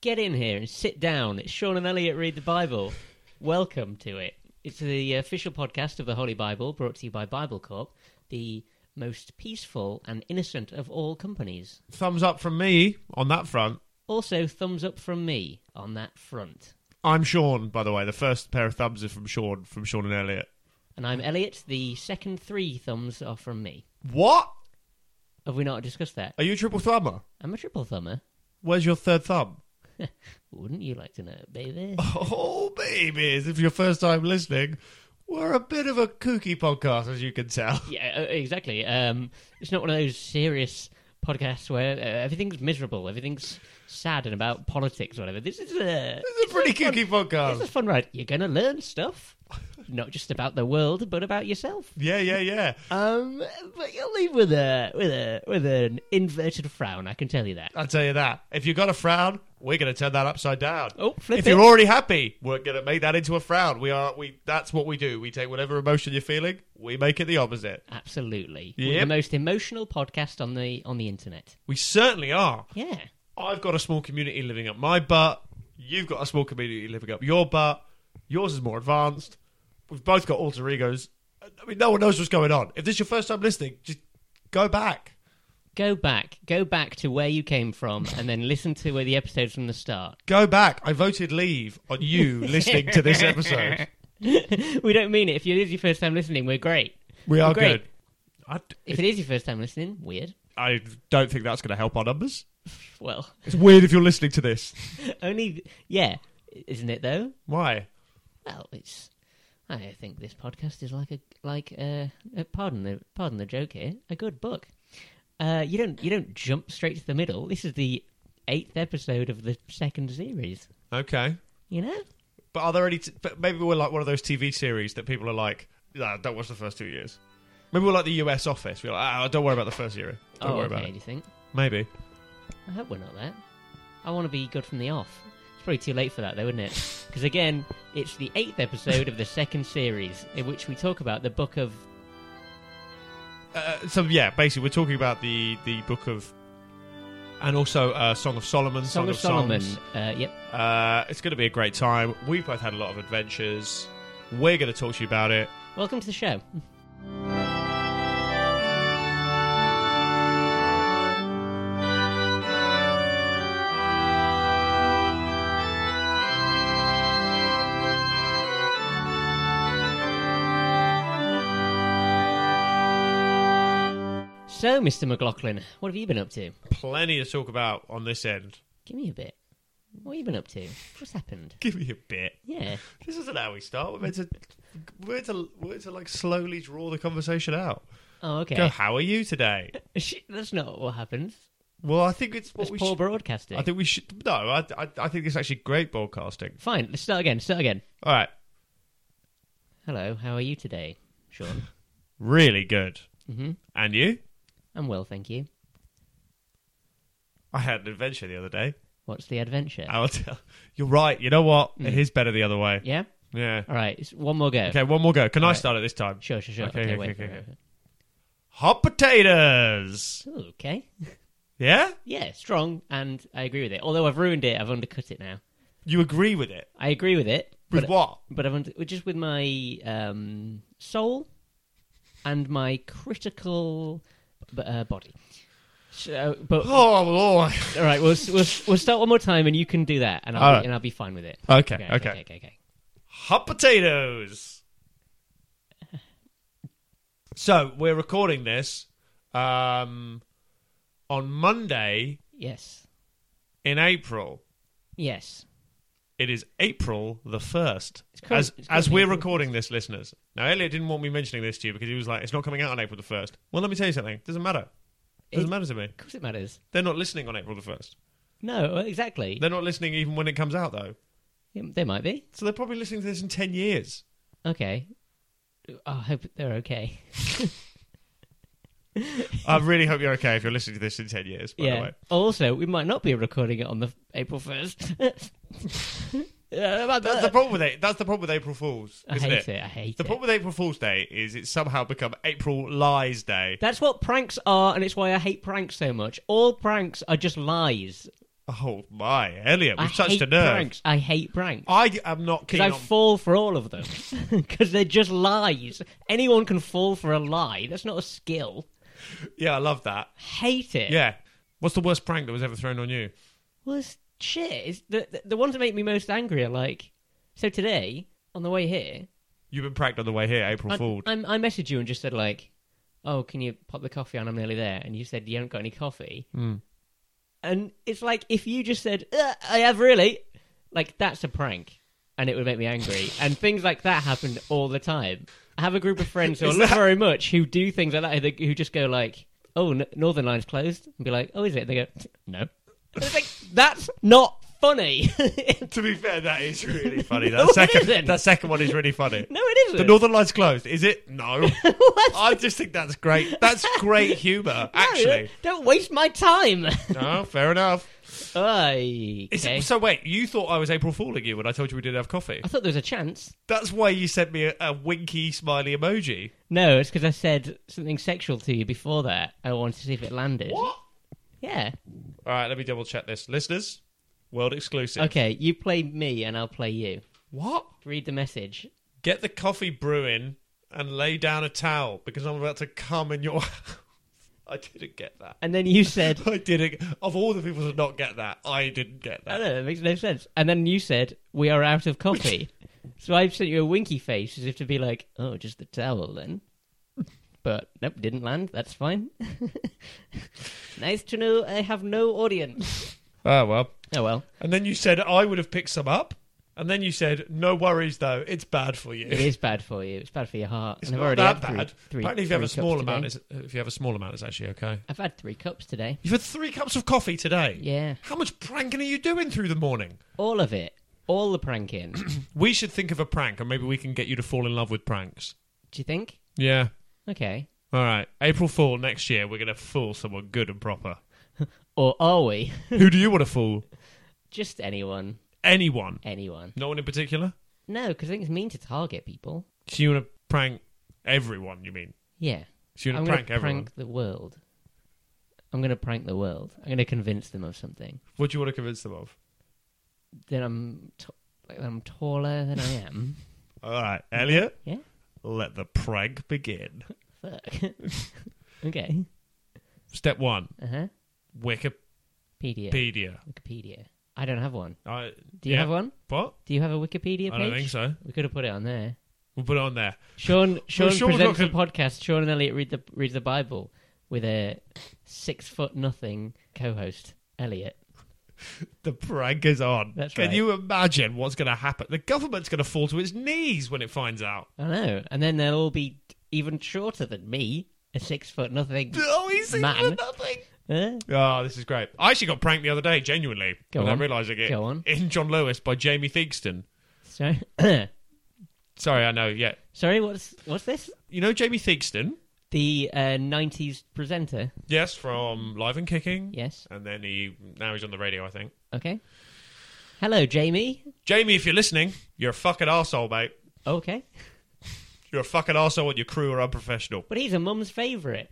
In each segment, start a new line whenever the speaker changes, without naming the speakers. Get in here and sit down. It's Sean and Elliot read the Bible. Welcome to it. It's the official podcast of the Holy Bible, brought to you by Bible Corp, the most peaceful and innocent of all companies.
Thumbs up from me on that front.
Also, thumbs up from me on that front.
I'm Sean, by the way. The first pair of thumbs are from Sean, from Sean and Elliot.
And I'm Elliot. The second three thumbs are from me.
What?
Have we not discussed that?
Are you a triple thumber?
I'm a triple thumber.
Where's your third thumb?
Wouldn't you like to know, baby?
Oh, babies. If you're first time listening, we're a bit of a kooky podcast, as you can tell.
Yeah, uh, exactly. Um, it's not one of those serious podcasts where uh, everything's miserable, everything's sad and about politics or whatever. This is a,
It's a pretty kooky
this is a
podcast.
fun ride. You're going to learn stuff, not just about the world, but about yourself.
Yeah, yeah, yeah.
Um, but you'll leave with a with a with an inverted frown. I can tell you that.
I'll tell you that. If you've got a frown, we're going to turn that upside down.
Oh, flip
if
it.
you're already happy, we're going to make that into a frown. We are. We. That's what we do. We take whatever emotion you're feeling, we make it the opposite.
Absolutely, We're
Yep.
the most emotional podcast on the on the internet.
We certainly are.
Yeah,
I've got a small community living up my butt. You've got a small community living up your butt. Yours is more advanced. We've both got alter egos. I mean, no one knows what's going on. If this is your first time listening, just go back.
go back, go back to where you came from, and then listen to where the episodes from the start.
Go back. I voted leave on you listening to this episode.
we don't mean it. If it is your first time listening, we're great.
We are
We're great.
good. I,
If it is your first time listening, weird.
I don't think that's going to help our numbers.
Well,
It's weird if you're listening to this.
only yeah, isn't it though?
Why?
Well, it's. I think this podcast is like a like uh, uh pardon the pardon the joke here a good book. Uh, you don't you don't jump straight to the middle. This is the eighth episode of the second series.
Okay.
You know,
But are there any? T- but maybe we're like one of those TV series that people are like, nah, "Don't watch the first two years." Maybe we're like the U.S. Office. We're like, "Ah, don't worry about the first year. Don't
oh,
worry
okay.
about
Do
it."
you think?
Maybe.
I hope we're not that. I want to be good from the off. It's probably too late for that, though, isn't it? Because again, it's the eighth episode of the second series in which we talk about the book of
Uh, so yeah, basically, we're talking about the the book of, and also uh, Song of Solomon.
Song, of, Solomon. Uh, yep.
Songs. Uh, it's going to be a great time. We've both had a lot of adventures. We're going to talk to you about it.
Welcome to the show. So, Mr. McLaughlin, what have you been up to?
Plenty to talk about on this end.
Give me a bit. What have you been up to? What's happened?
Give me a bit.
Yeah.
This isn't how we start. We're meant to. We're meant to, we're meant to like slowly draw the conversation out.
Oh,
Go,
okay.
how are you today?
Shit, That's not what happens.
Well, I think it's what
That's
we
poor
should.
broadcasting.
I think we should. No, I, I, I think it's actually great broadcasting.
Fine, let's start again. Start again.
All right,
Hello, how are you today, Sean?
really good.
hmm
And you?
I'm well, thank you.
I had an adventure the other day.
What's the adventure?
I'll tell. You're right. You know what? It is better the other way.
yeah?
Yeah.
All right, it's one more go.
Okay, one more go. Can I
Alright.
start it this time?
Sure, sure, sure.
Okay,
Okay,
okay,
wait.
okay,
wait,
okay.
wait.
Hot potatoes.
Ooh, okay.
Yeah.
Yeah, strong, and I agree with it. Although I've ruined it, I've undercut it now.
You agree with it?
I agree with it,
With
but,
what?
but I've under- just with my um, soul and my critical b- uh, body. So, but all
Oh lord.
right, we'll, s- we'll s- we'll start one more time, and you can do that, and I'll,
Alright.
be, and I'll be fine with it.
Okay. Okay.
okay, okay, okay. okay.
Hot potatoes. So we're recording this um, on Monday
Yes.
in April.
Yes.
It is April the first.
It's current-
As
it's
as
currently
we're
April
recording this, listeners. Now Elliot didn't want me mentioning this to you because he was like, "It's not coming out on April the first. Well, let me tell you something. Doesn't matter. Doesn't
It-
matter to me.
Of course it matters.
They're not listening on April the first.
No, well, exactly.
They're not listening even when it comes out though.
Yeah, They might be.
So they're probably listening to this in ten years.
Okay. I hope they're okay.
I really hope you're okay if you're listening to this in ten years. By the
yeah.
way.
Also, we might not be recording it on the April 1st. Yeah, about
That's the
that.
problem with it. That's the problem with April Fools,
I
isn't
hate
it?
it. I hate
The
it.
problem with April Fool's Day is it's somehow become April Lies Day.
That's what pranks are, and it's why I hate pranks so much. All pranks are just lies.
Oh my, Elliot,
I
we've touched
hate
a nerve.
pranks. I hate pranks.
I am not keen
Because I
on.
fall for all of them. Because they're just lies. Anyone can fall for a lie. That's not a skill.
yeah, I love that.
Hate it.
Yeah. What's the worst prank that was ever thrown on you?
Well, it's shit. It's the, the, the ones that make me most angry are like. So today, on the way here,
You've been pranked on the way here, April
I,
Fooled.
I'm, I messaged you and just said, like, oh, can you pop the coffee on? I'm nearly there. And you said, you haven't got any coffee.
Hmm.
And it's like, if you just said, uh, I have really, like, that's a prank. And it would make me angry. and things like that happen all the time. I have a group of friends who I
Is
love
that-
very much who do things like that, who- who just go, like, oh, N- Northern Line's closed. And be like, oh, is it? And they go, no. And it's like, that's not funny.
To be fair, that is really funny.
No, it
That
isn't.
second, that second one is really funny.
no, it isn't.
The Northern Line's closed, is it? No.
What?
I just think that's great. That's great humour,
No,
actually.
don't waste my time.
No, fair enough.
Aye,
Is it-
okay.
so wait, you thought I was April fooling you when I told you we didn't have coffee?
I thought there was a chance.
That's why you sent me a, a winky smiley emoji.
No, it's because I said something sexual to you before that. I wanted to see if it landed. Yeah.
All right, let me double check this, listeners. World exclusive.
Okay, you play me and I'll play you.
What?
Read the message.
Get the coffee brewing and lay down a towel because I'm about to come in your. I didn't get that.
And then you said,
I didn't. Of all the people to not get that, I didn't get
I
that.
don't know, it makes no sense. And then you said, we are out of coffee. so I sent you a winky face as if to be like, oh, just the towel then. But nope, didn't land. That's fine. nice to know I have no audience.
Oh well.
Oh well.
And then you said I would have picked some up, and then you said, "No worries though, it's bad for you."
It is bad for you. It's bad for your heart.
It's
and I've
not
already
that
had three-
bad.
Three,
Apparently, if you have a
three cups
small
today.
amount, it's, if you have a small amount, it's actually okay.
I've had three cups today.
You've had three cups of coffee today.
Yeah,
How much pranking are you doing through the morning?
all of it, all the pranking. Do
We should think of a prank, and maybe we can get you to fall in love with pranks.
you think?
Yeah.
Okay,
All right. April Fool next year, we're gonna fool someone good and proper.
or are we?
Who do you want to fool?
Just anyone,
Anyone.
anyone.
No one in particular.
No, because I think it's mean to target people.
So you want to prank everyone? You mean?
Yeah,
So you
I'm
want to
gonna
prank everyone?
prank the world. I'm gonna prank the world. I'm gonna convince them of something.
What do you want to convince them of?
Then I'm, t- like, I'm taller than I am.
All right, Elliot.
Yeah.
Let the prank begin.
Fuck. okay.
Step one:
Uh huh.
Wikipedia.
Wikipedia. I don't have one.
I,
Do you
yeah.
have one?
What?
Do you have a Wikipedia page?
I don't think so.
We could have put it on there.
We'll put it on there.
Sean Sean
Sean's
presents
not
a podcast. Sean and Elliot read the read the Bible with a six foot nothing co-host Elliot.
The prank is on.
That's
Can
right.
you imagine what's going to happen? The government's going to fall to its knees when it finds out.
I know, and then they'll all be even shorter than me, a Uh, six foot nothing.
Oh, he's even
Man.
nothing.
Huh?
Oh, this is great. I actually got pranked the other day, genuinely,
Go
without
on.
realising it.
Go on.
In John Lewis by Jamie Theakston.
Sorry,
Sorry, I know, yeah.
sorry. What's what's this?
You know Jamie Theakston?
The uh, '90s presenter.
Yes, from Live and Kicking.
Yes.
And then he, now he's on the radio, I think.
Okay. Hello, Jamie.
Jamie, if you're listening, you're a fucking arsehole, mate.
Okay,
You're a fucking arsehole and your crew are unprofessional.
but he's a mum's favourite.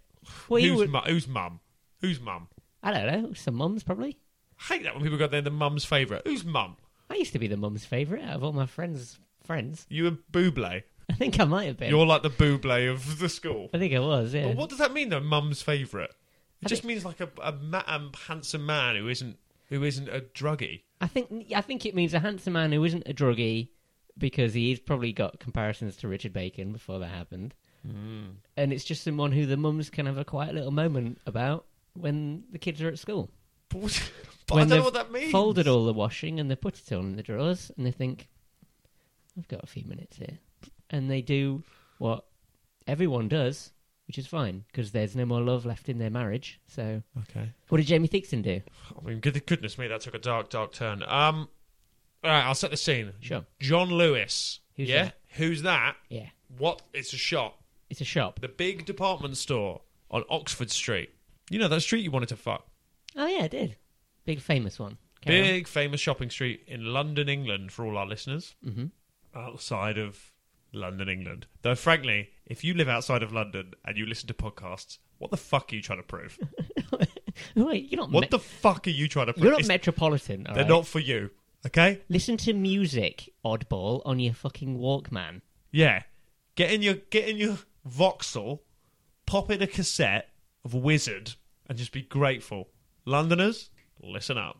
Well, you
who's,
would,
mu- who's mum? Who's mum?
I don't know. Some mums probably.
I hate that when people go, they're the mum's favourite. Who's mum?
I used to be the mum's favourite out of all my friends' friends.
You and Buble.
I think I might have been.
You're like the Buble of the school.
I think I was. Yeah.
But what does that mean, though? Mum's favourite. It
I
just
think-
means like a, a, ma- a handsome man who isn't who isn't a druggie.
I think I think it means a handsome man who isn't a druggie because he's probably got comparisons to Richard Bacon before that happened. And it's just someone who the mums can have a quiet little moment about when the kids are at school.
But, what- but I
when
don't know
they've
what that means.
Folded all the washing and they put it all in the drawers and they think, I've got a few minutes here. And they do what everyone does, which is fine because there's no more love left in their marriage. So,
Okay.
what did Jamie Thixton do?
I mean, good- goodness me, that took a dark, dark turn. Um, all right, I'll set the scene.
Sure.
John Lewis.
Who's
yeah.
that?
Who's that?
Yeah.
What? It's a shop.
It's a shop.
The big department store on Oxford Street. You know that street you wanted to fuck.
Oh, yeah, it did. Big famous one. Carry on.
Big famous shopping street in London, England, for all our listeners.
Mhm.
Outside of London, England. Though, frankly, if you live outside of London and you listen to podcasts, what the fuck are you trying to prove?
Wait, you're not.
What
me-
the fuck are you trying to? Put?
You're not
It's-
metropolitan. all
they're
right?
not for you. Okay.
Listen to music, oddball, on your fucking Walkman.
Yeah. Get in your get in your voxel, pop in a cassette of Wizard, and just be grateful. Londoners, listen up.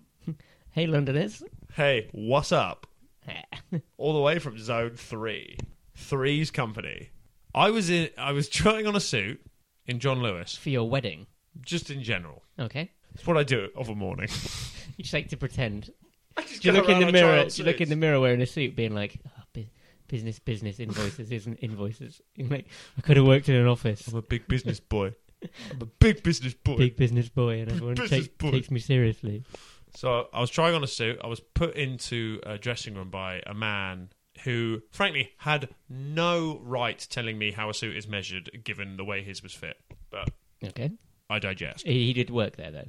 Hey, Londoners.
Hey, what's up?
Eh.
all the way from zone three. Three's company. I was in I was trying on a suit in John Lewis,
For your wedding,
just in general.
okay?
It's what I do of a morning.
You just like to pretend.
I just
Do you
go
look in
around
the
and try
mirror?
on
Do you look in
suits.
the mirror wearing a suit, being like, "Oh, bu- business, business, invoices isn't invoices. You're like, I could have worked in an office.
I'm a big business boy. I'm a big business boy.
Big business boy, and everyone
business
take-
boy.
takes me seriously.
So I was trying on a suit. I was put into a dressing room by a man who, frankly, had no right telling me how a suit is measured, given the way his was fit. But
Okay.
I digest.
He, he did work there, though,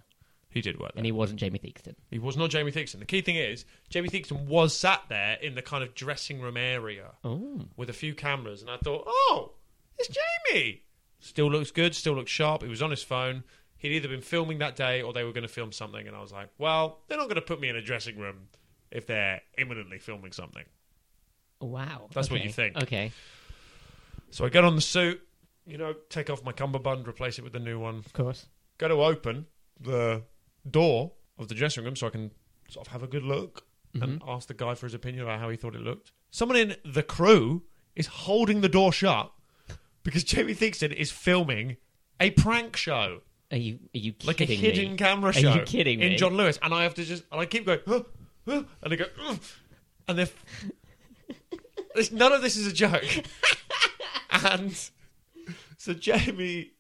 He did work there.
and he wasn't Jamie Theakston.
He was not Jamie Theakston. The key thing is, Jamie Theakston was sat there in the kind of dressing room area
Oh.
with a few cameras, and I thought, oh, it's Jamie. Still looks good, still looks sharp. He was on his phone. He'd either been filming that day or they were going to film something, and I was like, well, they're not going to put me in a dressing room if they're imminently filming something.
Wow.
That's what
Okay.
you think.
Okay.
So I get on the suit, you know, take off my cummerbund, replace it with a new one,
Of course.
go to open the door of the dressing room so I can sort of have a good look and
Mm-hmm.
ask the guy for his opinion about how he thought it looked. Someone in the crew is holding the door shut because Jamie Theakston is filming a prank show,
Are you are you kidding
like a hidden
me?
camera
you
show.
kidding
In
me?
John Lewis, and I have to just and I keep going, huh, huh, and I go, "Ugh," and they're. This- None of this is a joke. and so Jamie,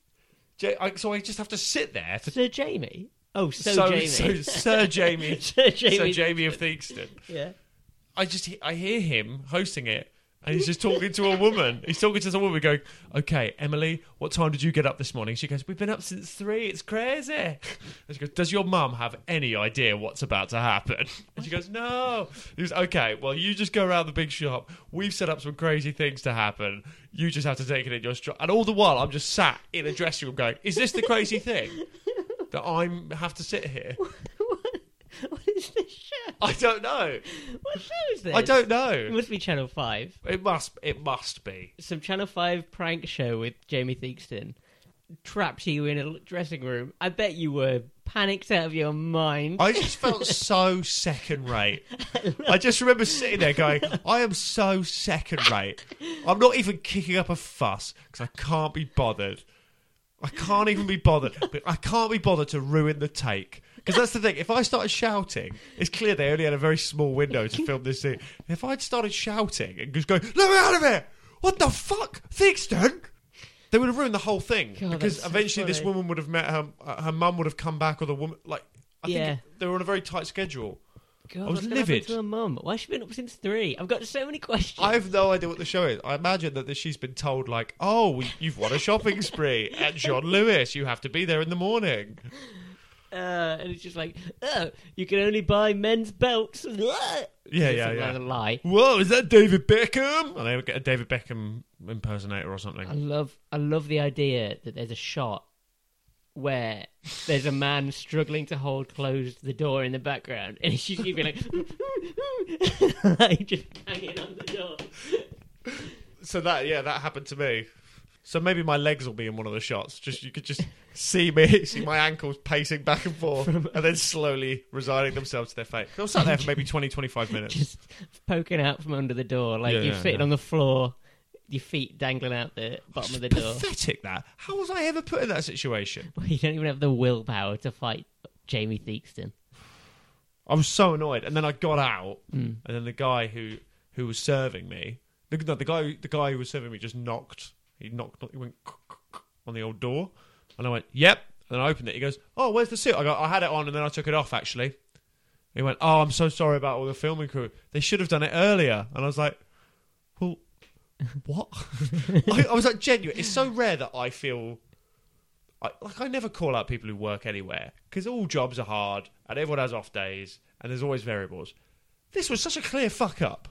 Ja- I- so I just have to sit there for
Sir Jamie. Oh, so,
so,
Jamie.
so Sir Jamie,
Sir Jamie.
Sir Jamie of Theakston.
yeah.
I just he- I hear him hosting it, and he's just talking to a woman. He's talking to some woman, going, "Okay, Emily, what time did you get up this morning?" She goes, "We've been up since three. It's crazy." And she goes, "Does your mum have any idea what's about to happen?" And she goes, "No." He goes, "Okay, well, you just go around the big shop. We've set up some crazy things to happen. You just have to take it in your stride." And all the while, I'm just sat in a dressing room, going, "Is this the crazy thing?" That I'm have to sit here.
what what is this show?
I don't know.
What show is this?
I don't
It
know.
must be Channel Five.
It must. It must be.
Some Channel Five prank show with Jamie Theakston trapped you in a l- dressing room. I bet you were panicked out of your mind.
I just felt so second rate. I just remember sitting there going, I am so second rate. I'm not even kicking up a fuss because I can't be bothered. I can't even be bothered. But I can't be bothered to ruin the take. Because that's the thing. If I started shouting, it's clear they only had a very small window to film this scene. If I'd started shouting and just going, let me out of here! What the fuck? Thixton? They would have ruined the whole thing.
God,
because
that's so
eventually this
funny.
woman would have met her, uh, her mum would have come back, or the woman, like, I
Yeah.
think it- they were on a very tight schedule.
God,
was
what's gonna happen
livid.
To her mum. Why has she been up since three? I've got so many questions.
I have no idea what the show is. I imagine that this- she's been told, like, oh, you've won a shopping spree at John Lewis. You have to be there in the morning.
Uh, and it's just like, oh, you can only buy men's belts. yeah,
Yeah, yeah, yeah.
A lie.
Whoa, is that David Beckham? And they would get a David Beckham impersonator or
I
something.
love I love the idea that there's a shot where there's a man struggling to hold closed the door in the background, and she's just being like, like, just banging on the door.
So that, yeah, that happened to me. So maybe my legs will be in one of the shots. Just you could just see me, see my ankles pacing back and forth, and then slowly resigning themselves to their fate. They'll sat there for maybe 20, 25 minutes.
Just poking out from under the door, like
Yeah,
you're
yeah,
sitting
yeah.
on the floor, your feet dangling out the bottom of the door.
Pathetic that. How was I ever put in that situation?
you don't even have the willpower to fight Jamie Theakston.
I was so annoyed, and then I got out, and then the guy who who was serving me, the, no, the guy the guy who was serving me just knocked. He knocked. He went on the old door, and I went, "Yep." And then I opened it. He goes, "Oh, where's the suit?" I go, "I had it on, and then I took it off actually." He went, "Oh, I'm so sorry about all the filming crew. They should have done it earlier." And I was like, "Well, what?" I, I was like, "Genuine." It's so rare that I feel I, like I never call out people who work anywhere because all jobs are hard and everyone has off days and there's always variables. This was such a clear fuck up.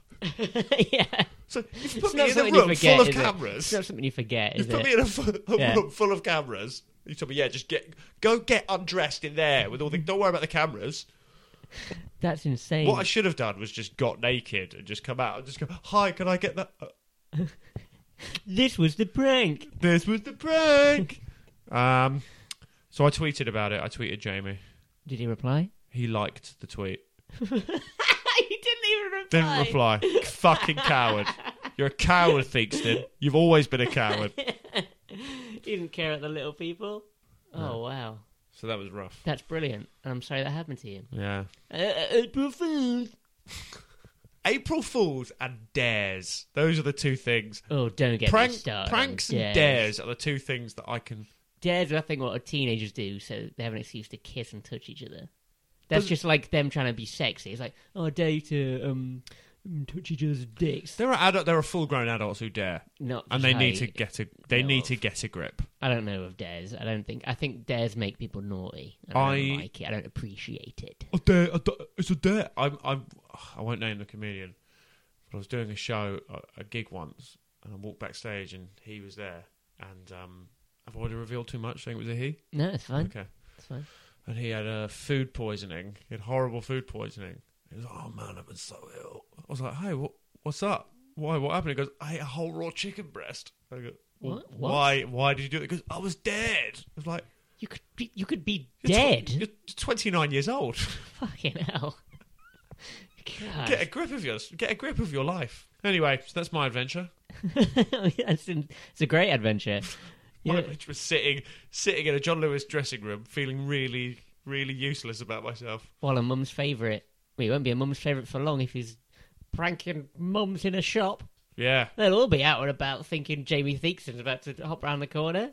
yeah,
So you've put
it's
me
not
in a
something you
room
forget.
full of
is it?
cameras.
It's not something you forget.
You've
Is
put
it?
me in a, fu- a
Yeah.
room full of cameras. You told me, yeah, just get go get undressed in there with all the. Don't worry about the cameras.
That's insane.
What I should have done was just got naked and just come out and just go, hi, can I get that? uh,
This was the prank.
This was the prank. um, so I tweeted about it. I tweeted Jamie.
Did he reply?
He liked the tweet.
he didn't even reply.
Didn't reply. Fucking coward. You're a coward, Theakston. You've always been a coward.
He didn't care about the little people. Oh wow,
So that was rough.
that's brilliant. And I'm sorry that happened to you.
Yeah.
Uh, uh, April Fools.
April Fools and dares. Those are the two things.
Oh, don't get
Prank,
me started. on
pranks and dares are the two things that I can.
Dares are a thing what teenagers do, so they have an excuse to kiss and touch each other. That's
But-
just like them trying to be sexy. It's like, oh, I dare you to um, mm, touch each other's dicks.
There are adult, there are full grown adults who dare,
Not
and they need to
tight.
get a they
No.
need to get a grip.
I don't know of dares. I don't think. I think dares make people naughty. I don't
I-
like it. I don't appreciate it.
a dare, a da- it's a dare. I'm, I'm, I won't name the comedian, but I was doing a show, a, a gig once, and I walked backstage and he was there. And um, I've already revealed too much, saying it was a he.
No, it's fine.
Okay.
It's fine.
And he had uh, food poisoning. He had horrible food poisoning. He was like, oh man, I've been so ill. I was like, hey, what, what's up? Why? What happened? He goes, I ate a whole raw chicken breast. I go, "Well,
What? What?"
Why? Why did you do it? He goes, I was dead. I was like,
You could be, you could be
"You're tw-
dead.
you're 29 years old.
Fucking hell. God.
get a grip of yours. Get a grip of your life. Anyway, so that's my adventure.
it's, an- it's a great adventure.
My
Yeah.
adventure was sitting, sitting in a John Lewis dressing room, feeling really, really useless about myself.
Well, a mum's favourite. Well, he won't be a mum's favourite for long if he's pranking mums in a shop.
Yeah,
They'll all be out and about thinking Jamie Theakston's about to hop round the corner,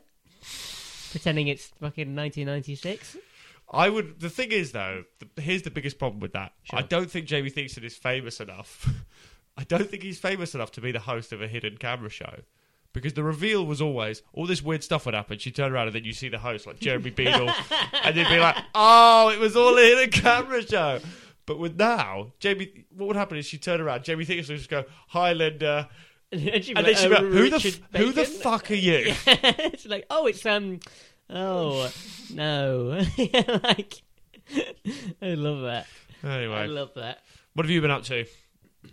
pretending it's fucking 1996.
I would. The thing is, though, the, here's the biggest problem with that.
Sure.
I don't think Jamie Theakston is famous enough. I don't think he's famous enough to be the host of a hidden camera show. Because the reveal was always all this weird stuff would happen. She would turn around and then you see the host like Jeremy Beadle, and you'd be like, "Oh, it was all a hidden camera show." But with now, Jamie, what would happen is she would turn around. Jamie Theakston would just go, "Hi, Linda,"
and she
and then she'd be like,
"Oh,
"Who the f- who the fuck are you?"
it's like, oh, it's um, oh no, like I love that. I
Anyway,
love that.
what have you been up to?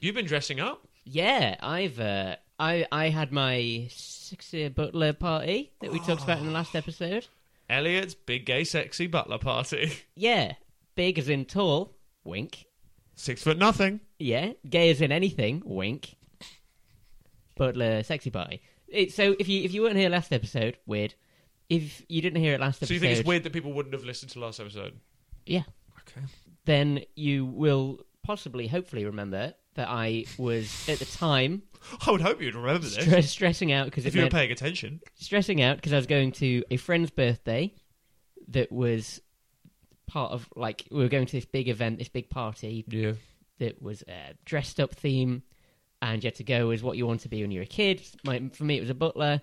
You've been dressing up.
Yeah, I've uh, I I had my six-year butler party that we talked about in
Oh.
the last episode.
Elliot's big gay sexy butler party.
Yeah, big as in tall, wink.
Six foot nothing.
Yeah, gay as in anything, wink. Butler sexy party. It, so if you if you weren't here last episode, weird. If you didn't hear it last episode,
So you think it's weird that people wouldn't have listened to last episode?
Yeah.
Okay.
then you will possibly, hopefully, remember that I was at the time
I would hope you'd remember this
stre- stressing out because
if
it
you were
meant
paying attention.
stressing out because I was going to a friend's birthday that was part of like we were going to this big event, this big party
Yeah.
that was uh, dressed up theme, and you had to go as what you want to be when you're a kid. My, for me, it was a butler.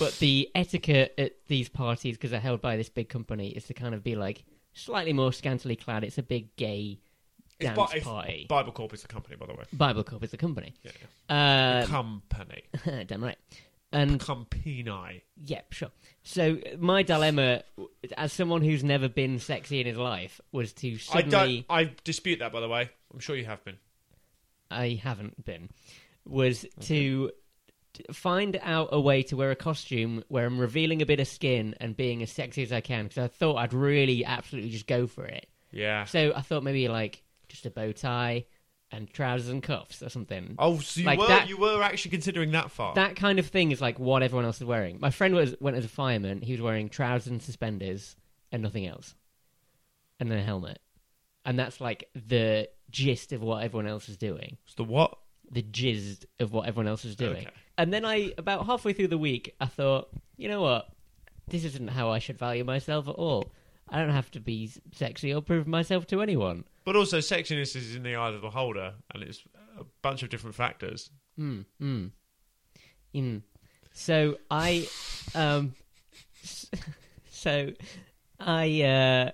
But the etiquette at these parties, because they're held by this big company, is to kind of be like slightly more scantily clad. It's a big gay
It's
dance
bi- it's
party.
Bible Corp is the company, by the way.
Bible Corp is the company.
Yeah.
Uh,
company.
damn right. And
Company.
yeah, sure. So my dilemma, as someone who's never been sexy in his life, was to
I
suddenly
don't. I dispute that, by the way. I'm sure you have been.
I, haven't been was to t- find out a way to wear a costume where I'm revealing a bit of skin and being as sexy as I can because I thought I'd really absolutely just go for it.
Yeah.
So I thought maybe like just a bow tie and trousers and cuffs or something.
Oh, so you
Like
were
that-
you were actually considering that far?
that kind of thing is like what everyone else is wearing. My friend was went as a fireman. He was wearing trousers and suspenders and nothing else, and then a helmet. And that's like the gist of what everyone else is doing.
It's the what?
The gist of what everyone else is doing.
Okay.
And then I, about halfway through the week, I thought, you know what? This isn't how I should value myself at all. I don't have to be sexy or prove myself to anyone.
But also, sexiness is in the eye of the beholder, and it's a bunch of different factors.
Mm, mm. Mm. So I, um, s- so I uh,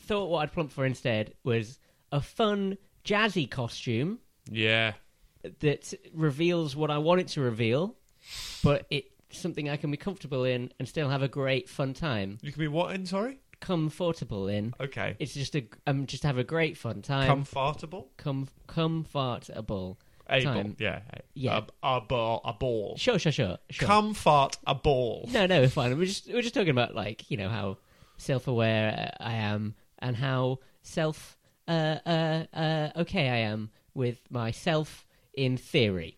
thought what I'd plump for instead was a fun jazzy costume
Yeah.
that reveals what I want it to reveal, but it something I can be comfortable in and still have a great fun time.
You can be what in? Sorry.
Comfortable in.
Okay.
It's just a um, just have a great fun time.
Comfortable.
Com- comfortable.
Able.
Time.
Yeah. Uh,
Yeah.
A, a ball. A ball.
Sure, sure, sure, sure.
Comfort a ball.
No, no, it's fine. We're just we're just talking about like you know how self-aware uh, I am and how self uh, uh, uh, okay I am with myself in theory.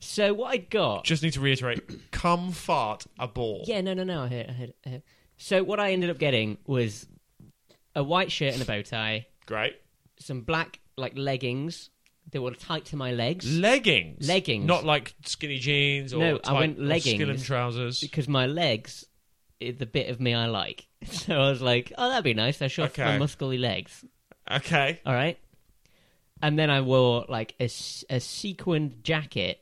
So what I got?
Just need to reiterate. Come fart a ball.
Yeah, no, no, no. I heard, I heard, I heard. So what I ended up getting was a white shirt and a bow tie,
Great.
some black like leggings that were tight to my legs
Leggings.
Leggings.
Not like skinny jeans or
No, I
tight,
went
or
leggings.
skin-in trousers.
because my legs is the bit of me I like. So I was like, oh, that'd be nice. They're short,
Okay.
my muscly legs.
Okay.
All right. And then I wore like a, s- a sequined jacket,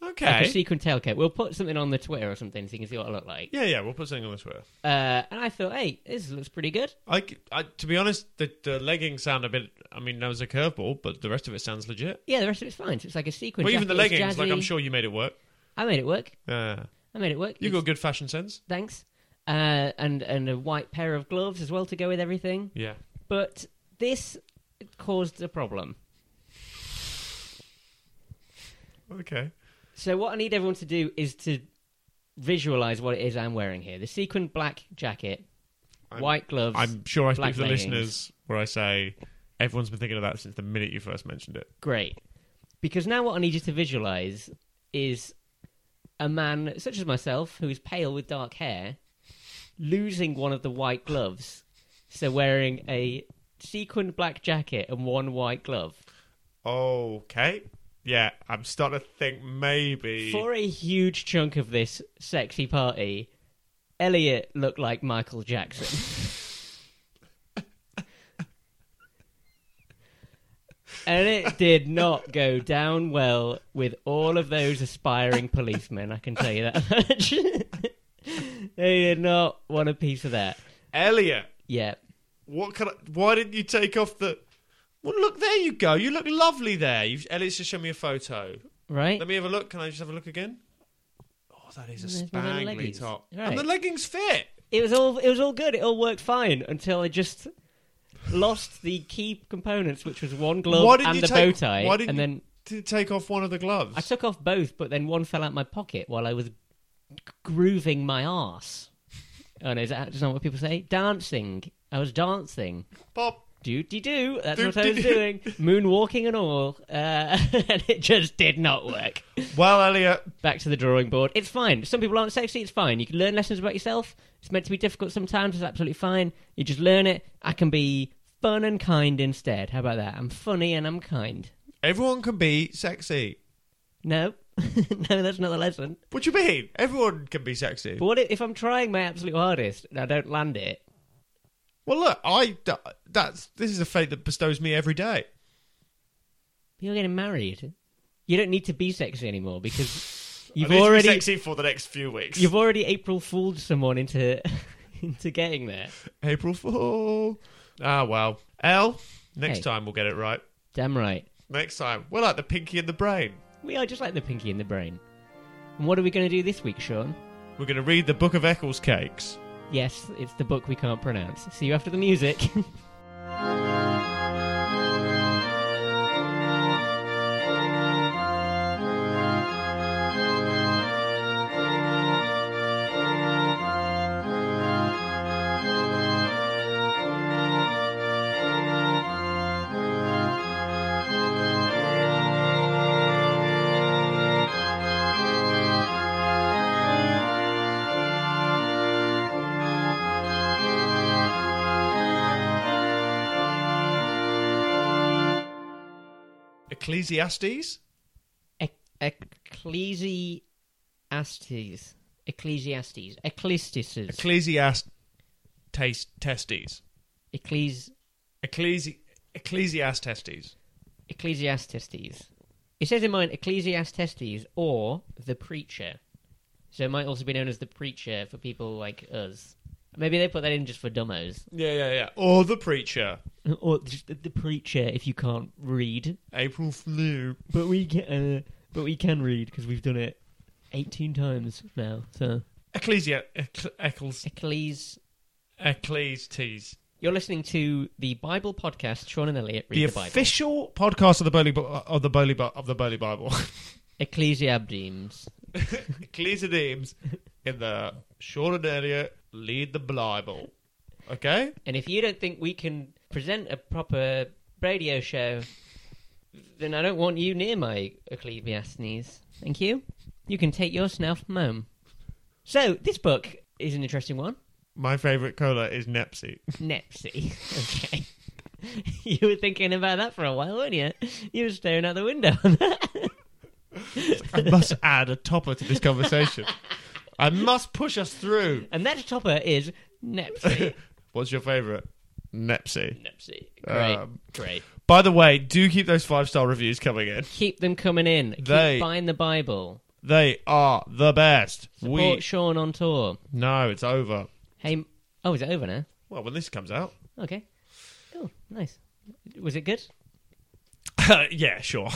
like a
Okay.
sequined tailcoat. We'll put something on the Twitter or something so you can see what I look like.
Yeah, yeah. We'll put something on the Twitter.
Uh, and I thought, hey, this looks pretty good.
I, I, to be honest, the, the leggings sound a bit. I mean, that was a curveball, but the rest of it sounds legit.
Yeah, the rest of it's fine. So it's like a sequined
Well,
jacket.
even the
it's
leggings, like I'm
jazzy.
sure you made it work.
I made it work.
Yeah,
I made it work.
you
It's-
got good fashion sense.
Thanks. Uh, and and a white pair of gloves as well to go with everything.
Yeah.
But this caused a problem.
Okay.
So what I need everyone to do is to visualize what it is I'm wearing here. The sequined black jacket,
I'm-
white gloves.
I'm sure I
Black
speak for the
leggings.
listeners where I say everyone's been thinking of that since the minute you first mentioned it.
Great. Because now what I need you to visualize is a man such as myself who is pale with dark hair losing one of the white gloves. So wearing a sequined black jacket and one white glove
Okay. Yeah, I'm starting to think maybe.
for a huge chunk of this sexy party. Elliot looked like Michael Jackson. and it did not go down well with all of those aspiring policemen, I can tell you that much. they did not want a piece of that.
Elliot,
Yeah.
what can I, why didn't you take off the? Well, look there you go. You look lovely there. You've, Elliot's just shown me a photo.
Right?
Let me have a look. Can I just have a look again? Oh, that is a
There's my little
spangly
leggings.
top.
Right.
And the leggings fit.
It was all it was all good. It all worked fine until I just lost the key components, which was one
Why
glove
didn't
and
you
the
take-
bow tie.
why didn't
and
you-
then
To take off one of the gloves.
I took off both, but then one fell out my pocket while I was grooving my arse. Oh no, is that, is that what people say? Dancing. I was dancing.
Bob,
Do de do. That's what I was
Doop-de-doo.
doing. Moonwalking and all, uh, and it just did not work.
well, Elliot,
Back to the drawing board. It's fine. Some people aren't sexy. It's fine. You can learn lessons about yourself. It's meant to be difficult sometimes. It's absolutely fine. You just learn it. I can be fun and kind instead. How about that? I'm funny and I'm kind.
everyone can be sexy.
No, no, that's not the lesson.
What do you mean? Everyone can be sexy.
But what if, if I'm trying my absolute hardest and I don't land it?
Well, look, I that's this is a fate that bestows me every day.
You're getting married. You don't need to be sexy anymore because
I
you've
need to be
already
sexy for the next few weeks.
you've already April fooled someone into into getting there.
April Fool. Ah, well, L. Next
Hey.
time we'll get it right.
Damn right.
Next time we're like the pinky in the brain.
We are just like the pinky in the brain. And what are we going to do this week, Sean?
We're going to read the Book of Eccles cakes.
Yes, it's the book we can't pronounce. See you after the music.
Ecclesiastes.
e- Ecclesiastes. Ecclesiastes. Ecclesiastes.
Ecclesiast. Taste testes.
Eccles-
Ecclesi- Ecclesiastes.
Ecclesiastes. It says in mine Ecclesiastes or the preacher. So it might also be known as the preacher for people like us. Maybe they put that in just for dumbos.
Yeah, yeah, yeah. Or the preacher.
Or just the, the preacher if you can't read.
April Flew.
But we can, uh, but we can read because we've done it. 18 times now. So,
Ecclesia, ecc- Eccles,
Eccles,
Eccles Tees.
you're listening to the Bible podcast. Sean and Elliot read
The
the, Bible.
official podcast of the Bowley Bi- uh, of the Bowley Bi- of the Bowley Bible.
Ecclesiabdems.
Ecclesia names in the Sean and Elliot lead the Bible. Okay,
And if you don't think we can present a proper radio show, then I don't want you near my Ecclesiastes. Thank you. You can take your snuff from home. So, this book is an interesting one.
my favorite cola is Nepsi.
Nepsy. Okay. you were thinking about that for a while, weren't you? You were staring out the window.
I must add a topper to this conversation. I must push us through.
and that topper is Nepsy.
What's your favorite? Nepsi.
Nepsy. Great.
Um,
Great.
By the way, do keep those five star reviews coming in.
Keep them coming in. Keep
They-
buying the Bible.
They are the best.
Support
We
Sean on tour.
no, it's over.
Hey, oh, is it over now?
Well, when this comes out,
Okay. Cool. Nice. Was it good?
yeah, sure.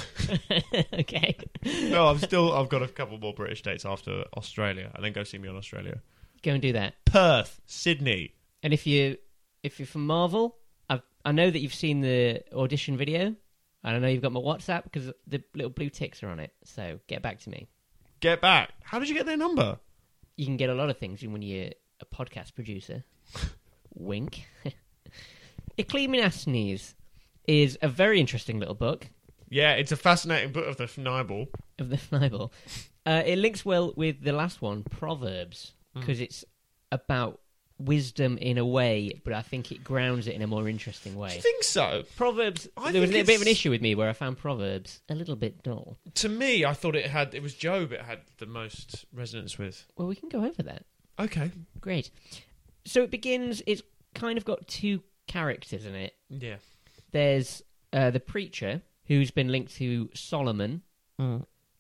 okay.
No, I'm still. I've got a couple more British dates after Australia, and then go see me on Australia.
Go and do that.
Perth, Sydney.
And if you if you're from Marvel, I've, I know that you've seen the audition video, and I know you've got my WhatsApp because the little blue ticks are on it. So get back to me.
Get back. How did you get their number?
You can get a lot of things when you're a podcast producer. Wink. Ecclesiastes is a very interesting little book
Yeah, it's a fascinating book of the Bible.
of the Bible. Uh, it links well with the last one, Proverbs,
Hmm.
because it's about wisdom in a way, but I think it grounds it in a more interesting
Do you
way.
think so?
Proverbs.
I
there was a
think
little bit of an
it's-
issue with me where I found Proverbs a little bit dull.
To me, I thought it had. It was Job. It had the most resonance with.
Well, we can go over that.
Okay.
Great. So it begins. It's kind of got two characters in it.
Yeah.
There's uh, the preacher who's been linked to Solomon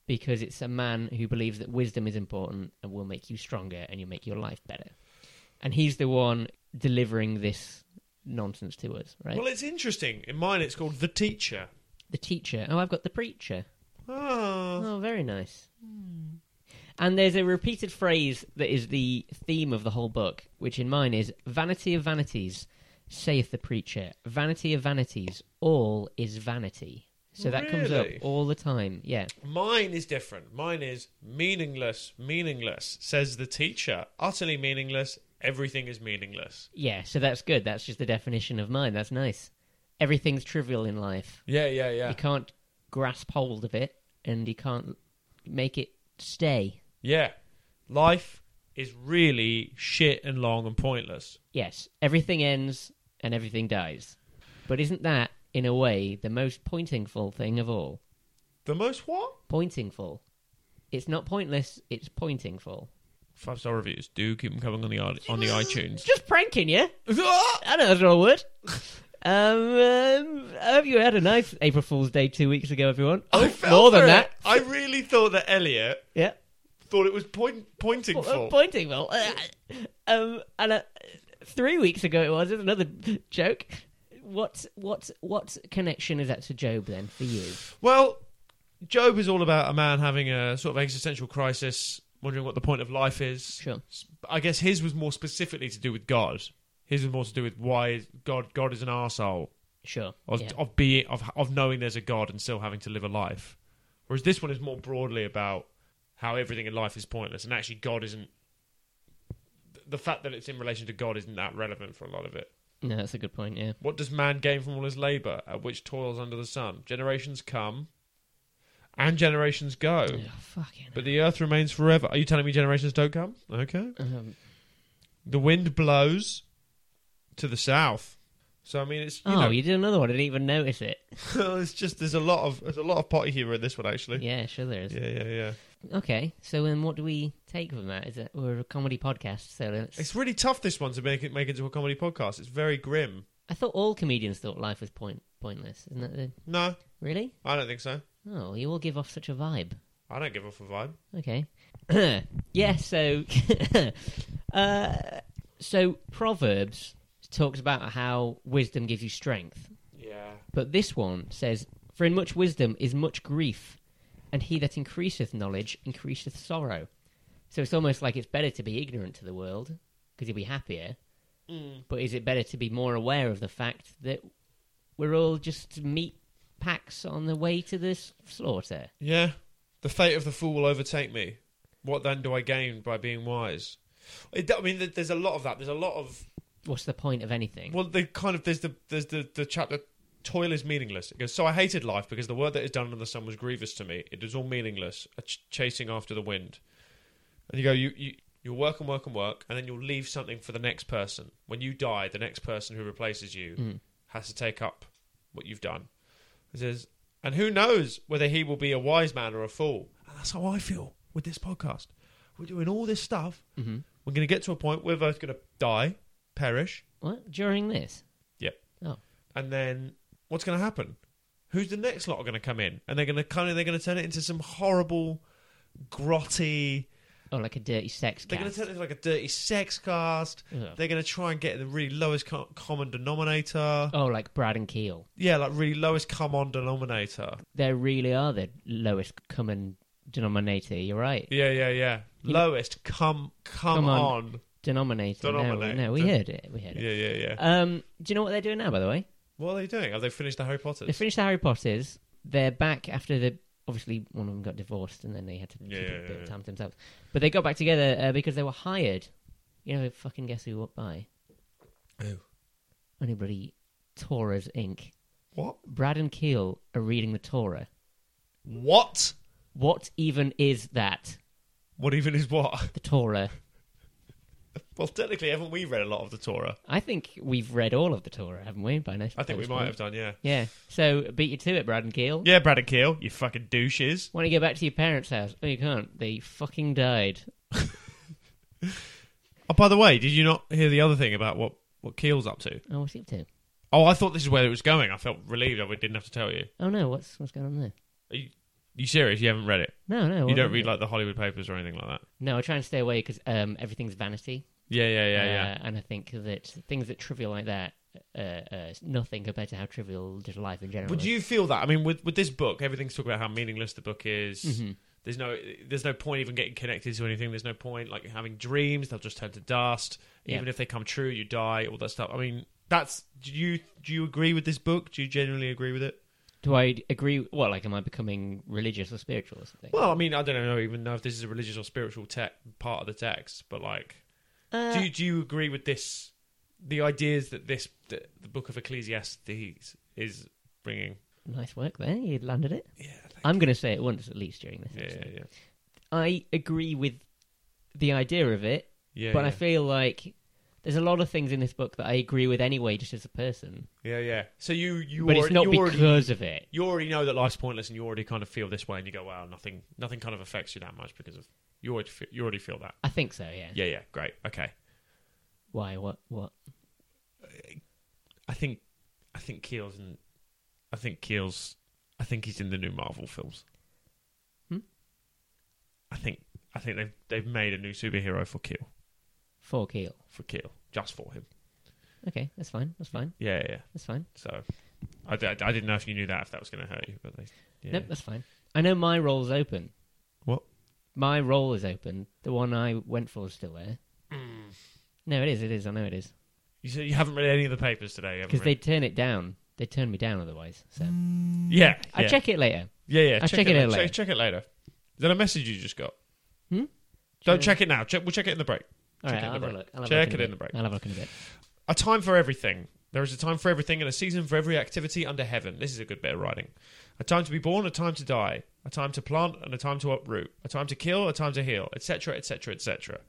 because it's a man who believes that wisdom is important and will make you stronger and you'll make your life better. And he's the one delivering this nonsense to us, right?
Well, it's interesting. In mine, it's called the teacher.
the teacher. Oh, I've got the preacher.
Oh.
Oh, very nice. Hmm. And there's a repeated phrase that is the theme of the whole book, which in mine is Vanity of vanities, saith the preacher. Vanity of vanities, all is vanity. So that comes up
Really?
all the time. Yeah.
Mine is different. Mine is meaningless, meaningless, says the teacher. Utterly meaningless. Everything is meaningless.
Yeah, so that's good. That's just the definition of mine. That's nice. Everything's trivial in life.
Yeah, yeah, yeah.
You can't grasp hold of it and you can't make it stay.
Yeah. Life is really shit and long and pointless.
Yes, everything ends and everything dies. But isn't that, in a way, the most pointingful thing of all?
The most what?
Pointingful. It's not pointless, it's pointingful.
Five star reviews. Do keep them coming on the i- on the iTunes.
Just pranking you!
Ah!
I know that's not a word. Um, um, I hope you had a nice April Fool's Day two weeks ago, everyone.
I
Oh,
fell
more
for
than
it.
that.
I really thought that Elliot
Yeah.
thought it was point- pointing
Well,
for.
uh, pointing well. Uh, um, and uh, three weeks ago it was. There's another joke. What what what connection is that to Job then for you?
Well, Job is all about a man having a sort of existential crisis, wondering what the point of life is.
Sure.
I guess his was more specifically to do with God. His was more to do with why is- God God is an arsehole.
Sure.
of
yeah.
of being of of knowing there's a God and still having to live a life. Whereas this one is more broadly about how everything in life is pointless and actually God isn't th- the fact that it's in relation to God isn't that relevant for a lot of it.
No, that's a good point. Yeah.
What does man gain from all his labor at which toils under the sun? Generations come and generations go.
Oh, fucking.
But the earth remains forever. Are you telling me generations don't come? Okay.
Um,
The wind blows to the south. So I mean it's you
oh,
know
you did another one. I didn't even notice it.
Well, it's just there's a lot of there's a lot of potty humor in this one actually.
Yeah, sure there is.
yeah, yeah. yeah.
Okay, so then what do we take from that? Is it we're a comedy podcast? So let's,
It's really tough this one to make it make it into a comedy podcast. It's very grim.
I thought all comedians thought life was point pointless. Isn't that the,
No,
really?
I don't think so.
Oh, you all give off such a vibe.
I don't give off a vibe.
Okay. yeah, so uh, so Proverbs talks about how wisdom gives you strength.
Yeah.
But this one says, For in much wisdom is much grief, and he that increaseth knowledge increaseth sorrow. So it's almost like it's better to be ignorant to the world because you'll be happier.
Mm.
But is it better to be more aware of the fact that we're all just meat packs on the way to this slaughter?
Yeah. The fate of the fool will overtake me. What then do I gain by being wise? It, I mean, there- there's a lot of that. There's a lot of
What's the point of anything?
well, the kind of there's the there's the the chapter. Toil is meaningless. It goes. So I hated life because the work that is done under the sun was grievous to me. It is all meaningless, a ch- chasing after the wind. And you go, you you you'll work and work and work, and then you'll leave something for the next person. When you die, the next person who replaces you
Mm.
has to take up what you've done. It says, and who knows whether he will be a wise man or a fool. And that's how I feel with this podcast. We're doing all this stuff.
hmm
We're going to get to a point we're both going to die, perish.
What during this?
Yep.
Oh.
And then what's going to happen? Who's the next lot are going to come in? And they're going to kind of they're going to turn it into some horrible, grotty.
Oh, like a dirty sex
They're going
cat.
to turn it into like a dirty sex cast.
Ugh.
They're going to try and get the really lowest co- common denominator.
Oh, like Brad and Keel.
Yeah, like really lowest common denominator.
They really are the lowest common denominator. You're right.
Yeah, yeah, yeah.
You-
Lowest come come,
Come on.
on.
Denominator. No,
Denominator.
no, we heard it. We heard it.
Yeah, yeah, yeah.
Um, do you know what they're doing now? By the way,
What are they doing? Have they finished the Harry Potter?
they finished the Harry Potters. They're back after the. Obviously, one of them got divorced, and then they had to
Yeah,
keep
yeah,
a bit
yeah.
of time to themselves. But they got back together uh, because they were hired. You know, fucking guess who walked by?
Who?
Only bloody Torah's Inc.
What?
Brad and Keel are reading the Torah.
What?
What even is that?
What even is what?
The Torah.
Well, technically, haven't we read a lot of the Torah?
I think we've read all of the Torah, haven't we? By now,
I think we might have done, yeah.
Yeah. So beat you to it, Brad and Keel.
Yeah, Brad and Keel, you fucking douches.
Want to go back to your parents' house? Oh, you can't. They fucking died.
Oh, by the way, did you not hear the other thing about what, what Keel's up to?
Oh, what's he up to?
Oh, I thought this is where it was going. I felt relieved I didn't have to tell you.
Oh no, what's what's going on there?
Are you, you serious? You haven't read it?
No, no.
you
what-
don't read, like, the Hollywood papers or anything like that?
No, I try and stay away because um, everything's vanity.
Yeah, yeah, yeah, yeah.
Uh, and I think that things that trivial like that, uh, uh, is nothing compared to how trivial just life in general.
Would
is.
you feel that? I mean, with with this book, everything's talking about how meaningless the book is.
Mhm.
There's no there's no point even getting connected to anything. There's no point like having dreams; they'll just turn to dust.
Yeah.
Even if they come true, you die. All that stuff. I mean, that's do you do you agree with this book? Do you genuinely agree with it?
Do I agree? Well, like, am I becoming religious or spiritual or something?
Well, I mean, I don't know even know if this is a religious or spiritual te- part of the text, but like,
Uh,
do you, do you agree with this? The ideas that this that the book of Ecclesiastes is bringing.
nice work there. You landed it.
Yeah,
I'm going to say it once at least during this.
yeah,
episode.
yeah, yeah.
I agree with the idea of it,
Yeah,
but
yeah.
I feel like there's a lot of things in this book that I agree with anyway, just as a person.
Yeah, yeah. So you you
but
already,
it's not
you, already,
because of it.
you already know that life's pointless, and you already kind of feel this way, and you go, "Wow, nothing nothing kind of affects you that much because of you already feel, you already feel that."
I think so. Yeah.
Yeah, yeah. Great. Okay.
Why? What? What?
I think I think Keel's in, I think Keel's I think he's in the new Marvel films.
Hmm?
I think I think they've they've made a new superhero for Keel
Four keel.
for Keel just for him.
Okay, that's fine. That's fine.
Yeah, yeah. yeah.
That's fine.
So I, d- I didn't know if you knew that if that was going to hurt you, but they yeah.
Nope, that's fine. I know my role's open.
What?
My role is open. The one I went for is still there.
Mm.
No, it is. It is. I know it is.
You said you haven't read any of the papers today, haven't
Because
you?
they'd turn it down. They'd turn me down otherwise. So
yeah,
I
yeah.
check it later.
Yeah, yeah.
I'll check it out
la-
later.
Check, check it later. Is that a message you just got?
Hmm?
Don't check it now. Check, we'll check it in the break.
All right,
check it in
I'll
the
have a
break.
look. I'll have
Check
a look
it
a
in the
bit.
break.
I'll have a look in a bit.
A time for everything. There is a time for everything and a season for every activity under heaven. This is a good bit of writing. A time to be born, a time to die, a time to plant and a time to uproot, a time to kill, a time to heal, etc., etc., etc.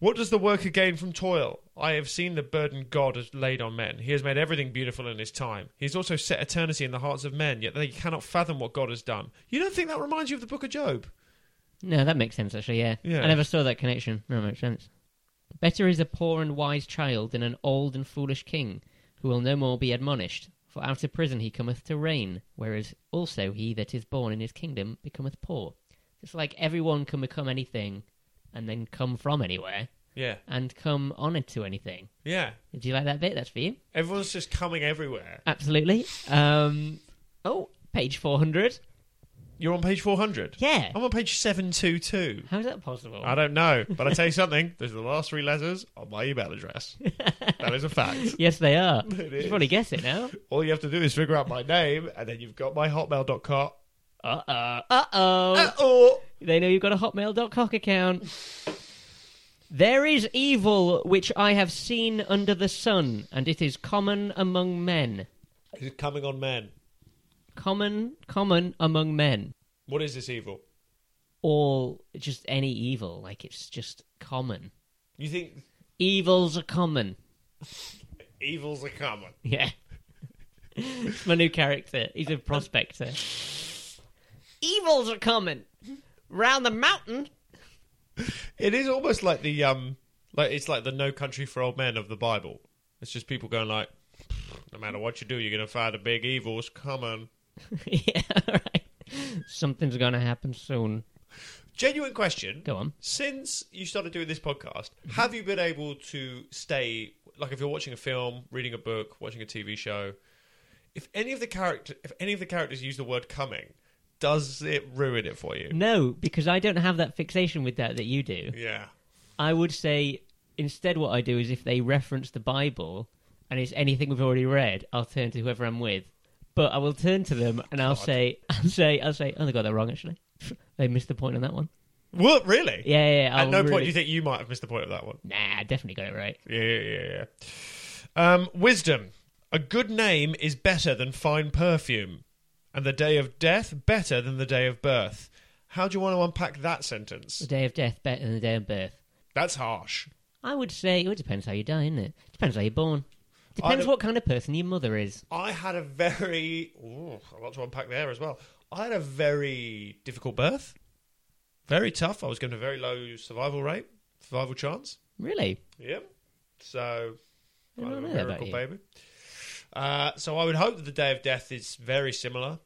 What does the worker gain from toil? I have seen the burden God has laid on men. He has made everything beautiful in his time. He has also set eternity in the hearts of men, yet they cannot fathom what God has done. You don't think that reminds you of the book of Job?
No, that makes sense actually. Yeah.
Yeah.
I never saw that connection. No, it makes sense. Better is a poor and wise child than an old and foolish king, who will no more be admonished. For out of prison he cometh to reign, whereas also he that is born in his kingdom becometh poor. It's like everyone can become anything, and then come from anywhere,
Yeah.
and come on to anything.
Yeah.
Do you like that bit? That's for you.
Everyone's just coming everywhere.
Absolutely. Um, oh, page 400.
You're on page 400.
Yeah.
I'm on page 722.
How is that possible?
Oh. I don't know, but I tell you something. Those are the last three letters of my email address. that is a fact.
Yes, they are.
It
you
is.
should probably guess it now.
All you have to do is figure out my name, and then you've got my hotmail.com.
Uh oh. Uh oh.
Oh,
They know you've got a hotmail.cock account. There is evil which I have seen under the sun, and it is common among men.
is it coming on men?
Common, common among men.
What is this evil?
All, just any evil. Like, it's just common.
You think
Evils are common.
evils are common?
Yeah. it's my new character. He's a prospector. Evils are common. Round the mountain.
It is almost like the um, like it's like the No Country for Old Men of the Bible. It's just people going like, no matter what you do, you're going to find the big evils coming.
yeah, right. Something's going to happen soon.
Genuine question.
Go on.
Since you started doing this podcast, have you been able to stay like if you're watching a film, reading a book, watching a TV show, if any of the character if any of the characters use the word coming, does it ruin it for you?
No, because I don't have that fixation with that that you do.
Yeah.
I would say instead what I do is if they reference the Bible and it's anything we've already read, I'll turn to whoever I'm with. But I will turn to them and I'll
God.
say, I'll say, I'll say, oh, they got that wrong actually. they missed the point on that one.
What really?
Yeah, yeah. yeah,
At
I'll
no point
really-
do you think you might have missed the point of that one.
Nah, I definitely got it right.
Yeah, yeah, yeah, yeah. Um, wisdom. A good name is better than fine perfume, and the day of death better than the day of birth. How do you want to unpack that
The
sentence?
day of death better than the day of birth.
That's harsh.
I would say well, it depends how you die, isn't it? Depends how you're born. Depends
don't-
what kind of person your mother is.
I had a very ooh, a lot to unpack there as well. I had a very difficult birth, very tough. I was given a very low survival rate, survival chance.
Really?
Yep. So
I
kind
don't know
of a
about
miracle
you.
baby. Uh, so I would hope that the day of death is very similar.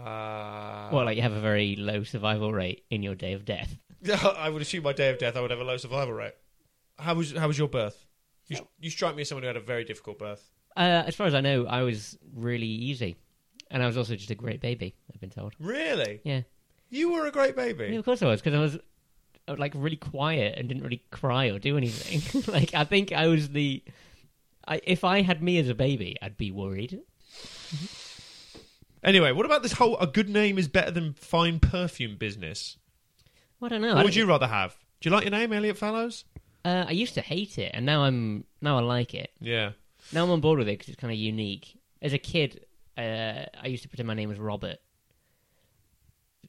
Uh,
well, like you have a very low survival rate in your day of death.
I would assume my day of death, I would have a low survival rate. How was how was your birth? You, you strike me as someone who had a very difficult birth.
Uh, as far as I know, I was really easy, and I was also just a great baby. I've been told.
Really,
Yeah,
you were a great baby.
yeah of course I was because I was, I was like really quiet and didn't really cry or do anything. like I think I was the, I, if I had me as a baby, I'd be worried.
Anyway, what about this whole a good name is better than fine perfume business?
Well, I don't know. I
What
don't
would you rather have? Do you like your name, Elliot Fallows?
Uh, I used to hate it, and now I'm now I like it.
Yeah.
Now I'm on board with it because it's kind of unique. As a kid, uh, I used to pretend my name was Robert.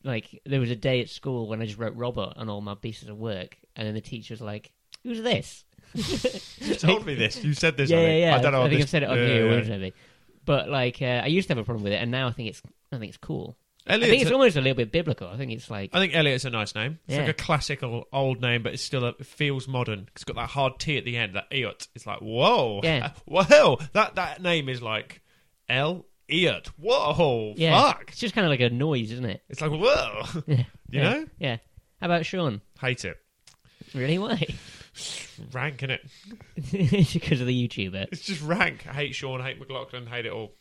Like there was a day at school when I just wrote Robert on all my pieces of work, and then the teacher was like, "Who's this?"
You told me this. You said this.
yeah,
I
yeah,
think.
yeah.
I don't
I
know.
think
this-
I've said it on
Yeah,
here,
yeah,
once, maybe. But like, uh, I used to have a problem with it, and now I think it's I think it's cool.
yeah.
I think
Elliot's
it's
a- Oh,
almost a little bit biblical. I think it's like
I think Elliot's a nice name. It's
Yeah.
like a classical old name, but it's still a, it feels modern. It's got that hard T at the end, that Eot. It's like whoa,
Yeah.
whoa. That that name is like L Eot. Whoa,
yeah,
fuck.
it's just kind of like a noise, isn't it?
It's like whoa.
Yeah,
You
yeah,
know?
yeah. How about Sean?
Hate it.
Really? Why?
Rank in it.
it's because of the YouTuber.
It's just rank. I hate Sean. Hate McLaughlin. Hate it all.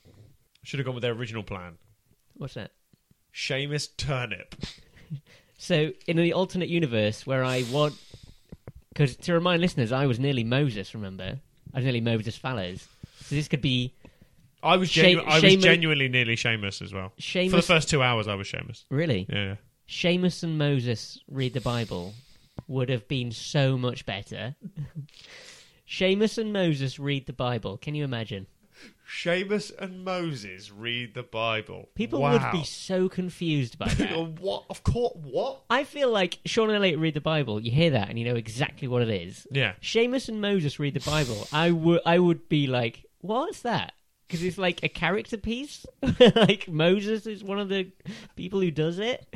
Should have gone with their original plan.
What's that?
Seamus Turnip.
So, in the alternate universe where I want. Because to remind listeners, I was nearly Moses, remember? I was nearly Moses Fallows. So, this could be
I was
Sha-
genu- I was
Seamus-
genuinely nearly Seamus as well. For the
Seamus.
first two hours, I was Seamus.
really?
Yeah.
Seamus and Moses read the Bible would have been so much better. Seamus and Moses read the Bible. Can you imagine?
Seamus and Moses read the Bible.
People would be so confused by that.
what? Of course, what?
I feel like Sean and Elliot read the Bible. You hear that and you know exactly what it is.
Yeah.
Seamus and Moses read the Bible, I would I would be like, what's that? Because it's like a character piece. like Moses is one of the people who does it.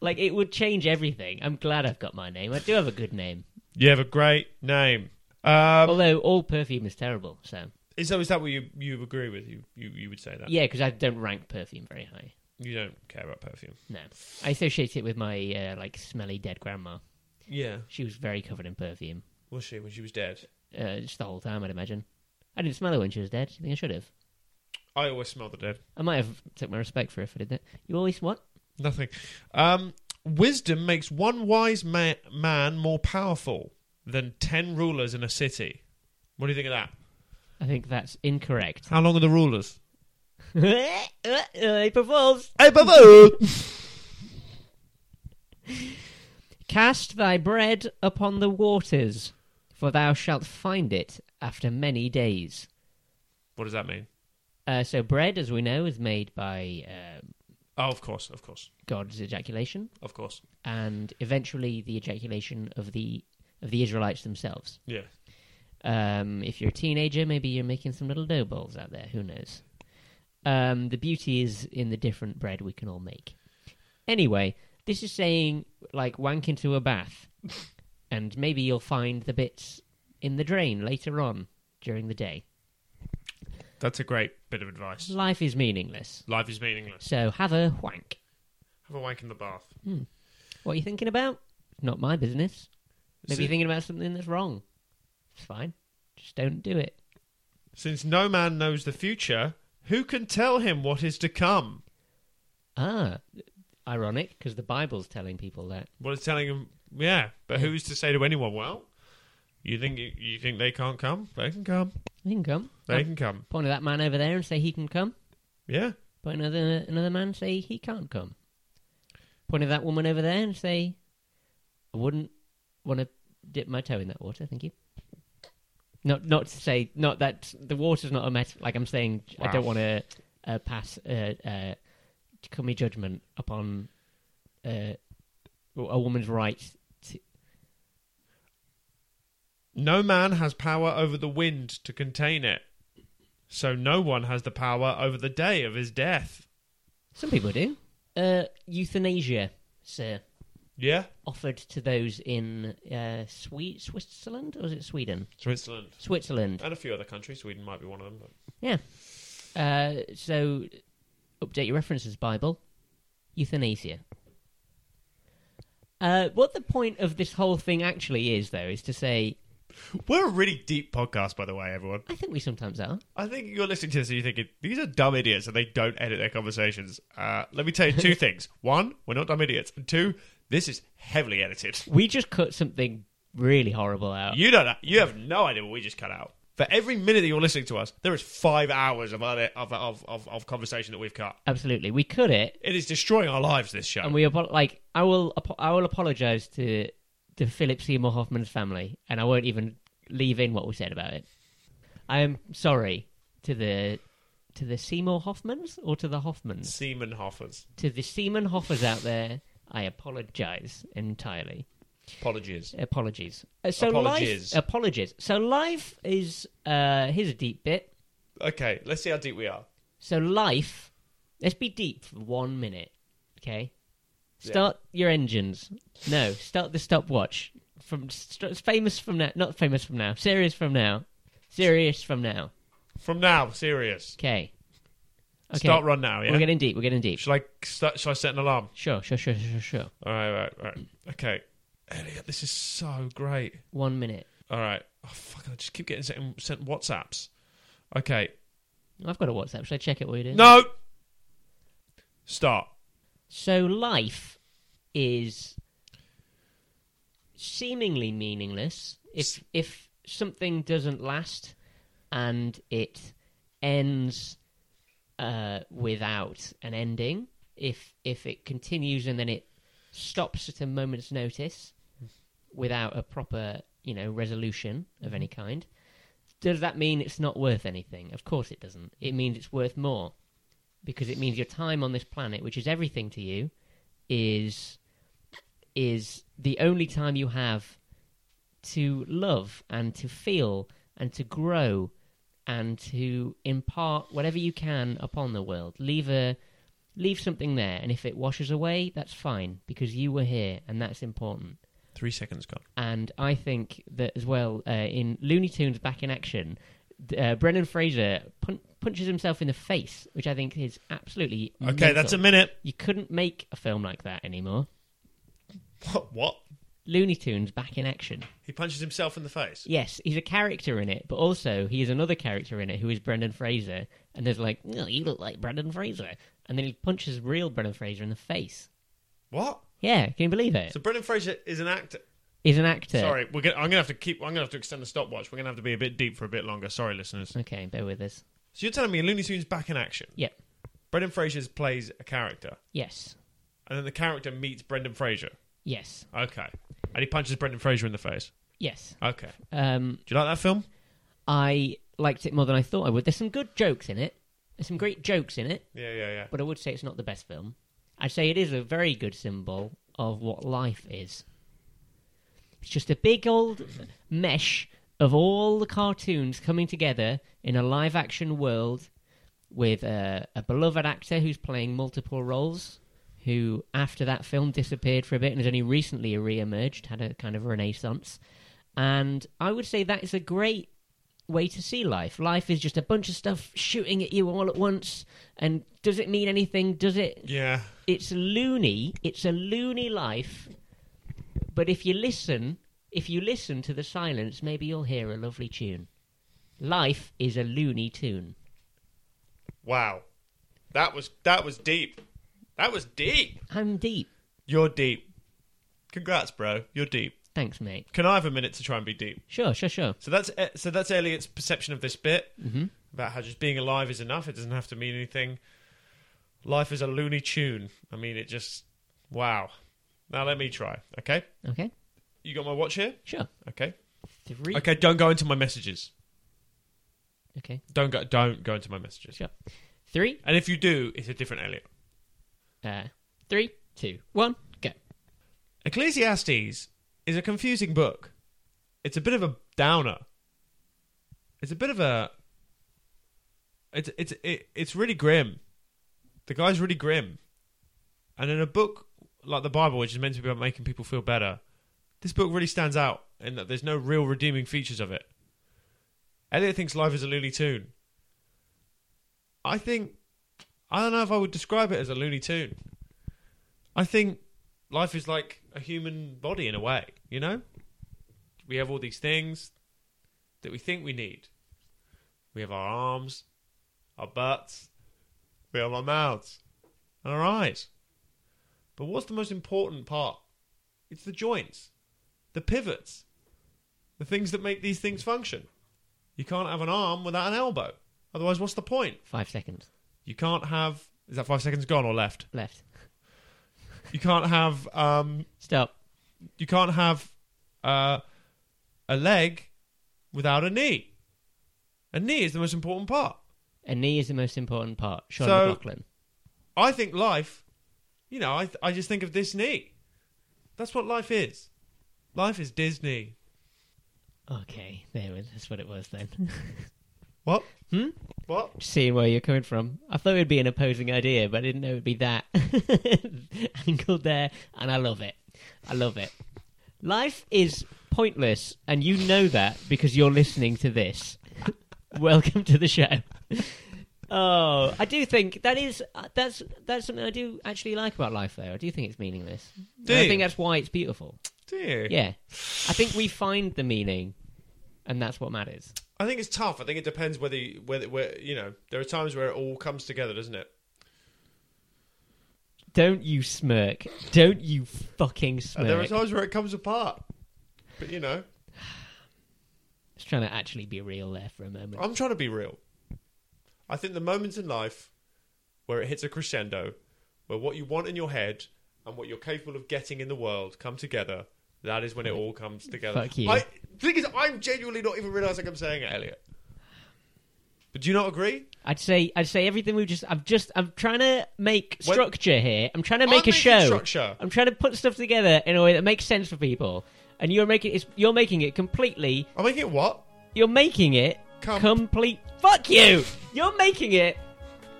Like it would change everything. I'm glad I've got my name. I do have a good name,
You have a great name. Um,
although all perfume is terrible. So
is, that, is that what you, you agree with? You, you you would say that?
yeah, because I don't rank perfume very high.
You don't care about perfume.
No, I associate it with my uh, like smelly dead grandma.
Yeah.
She was very covered in perfume,
Was she when she was dead?
uh, just the whole time. I'd imagine. I didn't smell her when she was dead. Do you think I should have?
I always smell the dead.
I might have took my respect for her if I did that. You always what?
Nothing. Um, wisdom makes one wise ma- man more powerful than ten rulers in a city. What do you think of that?
I think that's incorrect.
How long are the rulers?
April Fools! Cast thy bread upon the waters, for thou shalt find it after many days.
what does that mean?
Uh, so, bread, as we know, is made by uh,
Oh, of course, of course,
God's ejaculation,
of course.
and eventually the ejaculation of the of the Israelites themselves.
Yeah.
Um, if you're a teenager, maybe you're making some little dough balls out there. Who knows? Um, the beauty is in the different bread we can all make. Anyway, this is saying like wank into a bath, and maybe you'll find the bits in the drain later on during the day.
That's a great bit of advice.
Life is meaningless,
Life is meaningless.
so have a wank.
Have a wank in the bath.
What are you thinking about? Not my business. Maybe
Si-
you're thinking about something that's wrong. It's fine. Just don't do it.
Since no man knows the future, who can tell him what is to come?
Ah, ironic, because the Bible's telling people that.
What is telling him? Yeah, but who's to say to anyone? Well, you think you, you think they can't come? They can come.
You can come.
They
I'll
can come.
Point at that man over there and say he can come.
Yeah.
Point at another another man and say he can't come. Point at that woman over there and say, I wouldn't want to dip my toe in that water, thank you. Not not to say not that the water's not a met. Like I'm saying, I don't
Wow.
want to uh, pass uh, uh, commit judgment upon uh, a woman's right. To,
No man has power over the wind to contain it, so no one has the power over the day of his death.
some people do. Uh, euthanasia, sir.
Yeah,
offered to those in uh, Swe- Switzerland, or is it Sweden?
Switzerland
Switzerland.
and a few other countries. Sweden might be one of them. But...
Yeah. Uh, so, update your references, Bible. Euthanasia. Uh, what the point of this whole thing actually is, though, is to say,
We're a really deep podcast, by the way, everyone.
I think we sometimes are.
I think you're listening to this and you're thinking, these are dumb idiots and they don't edit their conversations. Uh, let me tell you two things. One, we're not dumb idiots. And two, this is heavily edited.
We just cut something really horrible out.
You don't know. You have no idea what we just cut out. For every minute that you're listening to us, there is five hours of, other, of, of, of, of conversation that we've cut.
Absolutely. We cut it,
It is destroying our lives, this show.
and we apo- like I will apo- I will apologize to to Philip Seymour Hoffman's family, and I won't even leave in what we said about it. I am sorry to the to the Seymour Hoffmans or to the Hoffmans
Seaman Hoffers.
to the Seaman Hoffers out there. I apologize entirely.
Apologies.
Apologies. Uh, so
Apologies.
Life, apologies. So life is uh here's a deep bit.
Okay, let's see how deep we are.
So life, let's be deep for one minute, okay?
Yeah.
Start your engines. No, start the stopwatch. From st- famous from now, not famous from now. Serious from now. Serious from now.
From now, serious.
Okay. Okay.
Start run now, yeah?
We're getting deep. We're getting deep.
Shall I, start, shall I set an alarm?
Sure, sure, sure, sure, sure.
All right, all right, all right. Okay. Elliot, this is so great.
One minute.
All right. Oh, fuck, I just keep getting sent, sent WhatsApps. Okay.
I've got a WhatsApp. Should I check it while you do?
No! Start.
So life is seemingly meaningless if if something doesn't last and it ends uh, without an ending. If if it continues and then it stops at a moment's notice without a proper you know resolution of any kind, does that mean it's not worth anything? Of course it doesn't. It means it's worth more because it means your time on this planet, which is everything to you, is is the only time you have to love and to feel and to grow and to impart whatever you can upon the world. Leave a leave something there, and if it washes away, that's fine because you were here, and that's important
Three seconds gone.
and I think that as well uh, in Looney Tunes Back in Action, d- uh, Brendan Fraser pun- punches himself in the face, which I think is absolutely
Okay,
mental.
that's a minute.
you couldn't make a film like that anymore.
What? What?
Looney Tunes Back in Action.
He punches himself in the face.
Yes, he's a character in it, but also he is another character in it who is Brendan Fraser. And there's like, no, you look like Brendan Fraser. and then he punches real Brendan Fraser in the face.
What?
Yeah, can you believe it?
So Brendan Fraser is an actor.
He's an actor.
Sorry, we're gonna, I'm gonna have to keep. I'm gonna have to extend the stopwatch. We're gonna have to be a bit deep for a bit longer. Sorry, listeners.
Okay, bear with us.
So you're telling me Looney Tunes back in action?
Yep.
Brendan Fraser plays a character,
Yes.
and then the character meets Brendan Fraser.
Yes.
Okay, and he punches Brendan Fraser in the face.
Yes.
Okay,
Um,
do you like that film?
I liked it more than I thought I would. There's some good jokes in it. There's some great jokes in it,
Yeah, yeah, yeah.
but I would say it's not the best film. I'd say it is a very good symbol of what life is. It's just a big old mesh of all the cartoons coming together in a live action world with a, a beloved actor who's playing multiple roles, who after that film disappeared for a bit and has only recently re emerged, had a kind of renaissance. And I would say that is a great way to see life. Life is just a bunch of stuff shooting at you all at once. And does it mean anything? Does it?
Yeah,
It's loony. It's a loony life. But if you listen, if you listen to the silence, maybe you'll hear a lovely tune. Life is a loony tune.
Wow, that was that was deep. That was deep.
I'm deep.
You're deep. Congrats, bro. You're deep.
Thanks, mate.
Can I have a minute to try and be deep?
Sure, sure, sure.
So that's eh, so that's Elliot's perception of this bit about how just being alive is enough. It doesn't have to mean anything. Life is a loony tune. I mean, it just wow. Now let me try. Okay,
Okay,
you got my watch here.
sure.
Okay.
Three.
Okay. Don't go into my messages.
Okay,
Don't go. Don't go into my messages.
sure. Three.
And if you do, it's a different Elliot.
Uh, three, two, one, go.
Ecclesiastes is a confusing book. It's a bit of a downer. It's a bit of a. It's it's it, it's really grim. The guy's really grim, and in a book like the Bible, which is meant to be about making people feel better, this book really stands out in that there's no real redeeming features of it. Elliot thinks life is a Looney Tune. I think I don't know if I would describe it as a Looney Tune. I think life is like a human body in a way, you know? We have all these things that we think we need. We have our arms, our butts, we have our mouths, and our eyes. But what's the most important part? It's the joints, the pivots, the things that make these things function. You can't have an arm without an elbow. Otherwise, what's the point?
Five seconds
You can't have. Is that five seconds gone or left?
left.
You can't have um,
Stop.
you can't have uh, a leg without a knee. A knee is the most important part.
A knee is the most important part. Sean
So-
McLaughlin.
I think life, you know, I, I just think of this knee. That's what life is. Life is Disney.
Okay, there we That's what it was then.
What?
Hmm?
What?
Just seeing where you're coming from. I thought it'd be an opposing idea, but I didn't know it'd be that angled there, and I love it. I love it. Life is pointless, and you know that because you're listening to this. Welcome to the show. Oh, I do think that is uh, that's that's something I do actually like about life, though. I do think it's meaningless. And
Do
I
you?
think that's why it's beautiful.
Do you?
Yeah, I think we find the meaning, and that's what matters.
I think it's tough. I think it depends whether you, whether where you know there are times where it all comes together, doesn't it?
Don't you smirk? Don't you fucking
And there are
smirk?
times where it comes apart. But you know,
Just trying to actually be real there for a moment.
I'm trying to be real. I think the moments in life where it hits a crescendo, where what you want in your head and what you're capable of getting in the world come together, that is when it all comes together.
Fuck you.
I, the thing is, I'm genuinely not even realizing I'm saying it, Elliot. But do you not agree?
I'd say I'd say everything we just I'm just I'm trying to make
When-
structure here. I'm trying to make
I'm
a
making
show.
structure.
I'm trying to put stuff together in a way that makes sense for people. And you're making it's, you're making it completely.
I'm making it what?
You're making it
Com-
complete. Fuck you. You're making it.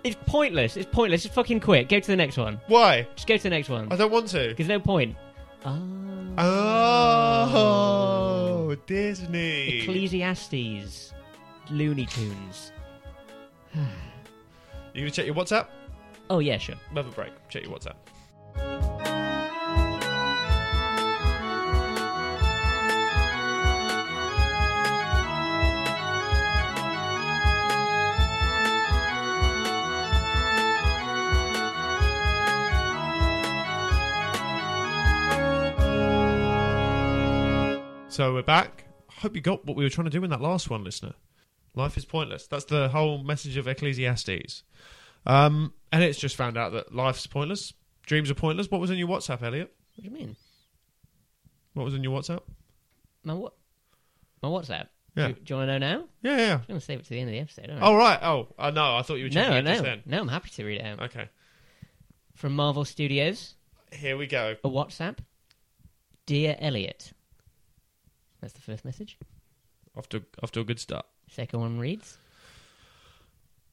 It's pointless. It's pointless. Just fucking quit. Go to the next one.
Why?
Just go to the next one.
I don't want to.
There's no point. Ah.
Oh, Disney.
Ecclesiastes, Looney Tunes.
you gonna check your WhatsApp?
Oh yeah, sure.
Have a break. Check your WhatsApp. So we're back. I hope you got what we were trying to do in that last one, listener. Life is pointless. That's the whole message of Ecclesiastes. Um, and it's just found out that life's pointless, dreams are pointless. What was in your WhatsApp, Elliot?
What do you mean?
What was in your WhatsApp?
My what? My WhatsApp. Do,
Yeah.
you- do you want to know now?
Yeah, yeah.
I'm going to save it to the end of the episode. aren't I?
Oh right. Oh, uh, no. I thought you were checking
no,
it just
no,
then.
no. I'm happy to read it out
Okay.
from Marvel Studios.
Here we go.
A WhatsApp. Dear Elliot. That's the first message.
Off to off to a good start.
Second one reads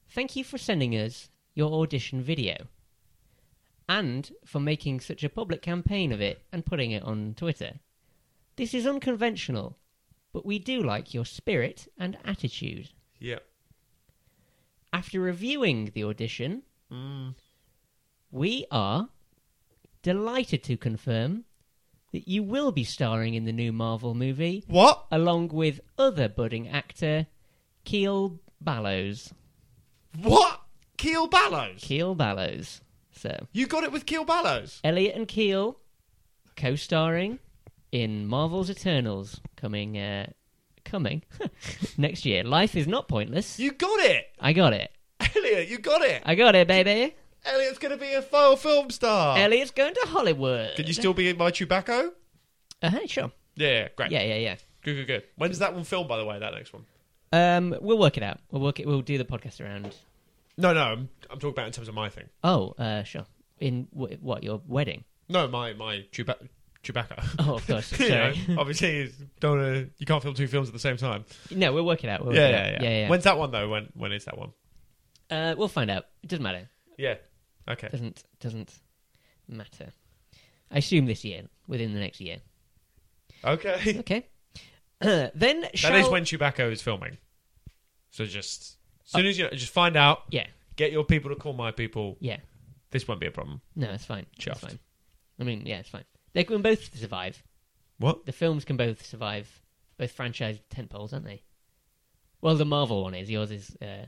Thank you for sending us your audition video and for making such a public campaign of it and putting it on Twitter. This is unconventional, but we do like your spirit and attitude.
Yeah.
After reviewing the audition,
Mm.
we are delighted to confirm that you will be starring in the new Marvel movie
What?
along with other budding actor Keel Ballows.
What? Keel Ballows.
Keel Ballows. So,
You got it with Keel Ballows.
Elliot and Keel co starring in Marvel's Eternals coming, uh, coming next year. Life is not pointless.
You got it,
I got it.
Elliot. You got it.
I got it, baby.
Elliot's gonna be a faux film star.
Elliot's going to Hollywood.
Oh. Can you still be in my Chewbacca?
Uh-huh, sure.
Yeah. Great.
Yeah, yeah,
Good. Good. Good. When does that one film? By the way, that next one.
yeah. Um, we'll work it out. We'll work it. We'll do the podcast around.
No, no. I'm, I'm talking about in terms of my thing.
Oh, uh, sure. In w- what your wedding?
No, my my Chewbacca. Chewbacca.
Oh, of course.
You know,
Sorry.
obviously, it's- don't uh, you can't film two films at the same time.
no, we'll work it out. We'll work
Yeah,
it
yeah,
out.
yeah,
yeah, yeah.
When's that one though? When when is that one?
Uh, we'll find out. It doesn't matter.
Yeah. Okay.
Doesn't doesn't matter. I assume this year, within the next year.
Okay.
Okay. then shall...
That is when Chewbacca is filming. So just as soon as you just find out,
Uh, Yeah,
get your people to call my people.
yeah.
This won't be a problem.
No, it's fine.
Chuffed.
It's fine. I mean, yeah, it's fine. They can both survive.
What?
The films can both survive. Both franchise tentpoles, aren't they? Well, the Marvel one is. Yours is uh,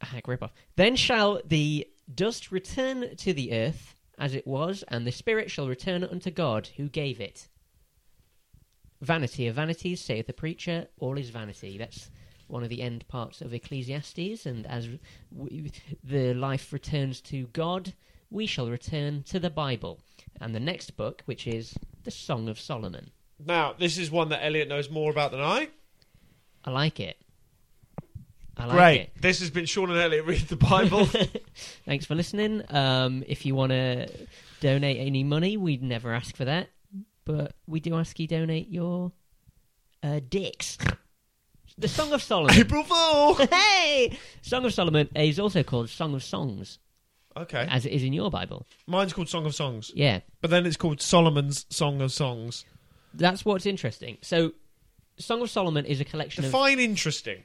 a hack ripoff. Then shall the dust return to the earth as it was, and the spirit shall return unto God who gave it. Vanity of vanities, saith the preacher, all is vanity. That's one of the end parts of Ecclesiastes, and as we, the life returns to God, we shall return to the Bible. And the next book, which is the Song of Solomon.
Now this is one that Elliot knows more about than I.
I like it. I like
Great.
it.
This has been Sean and Elliot read the Bible.
Thanks for listening. Um, if you want to donate any money, we'd never ask for that, but we do ask you donate your uh, dicks. The Song of Solomon.
April Fool.
hey, Song of Solomon is also called Song of Songs,
Okay.
as it is in your Bible.
Mine's called Song of Songs,
Yeah,
but then it's called Solomon's Song of Songs.
that's what's interesting. So, Song of Solomon is a collection of.
Define interesting.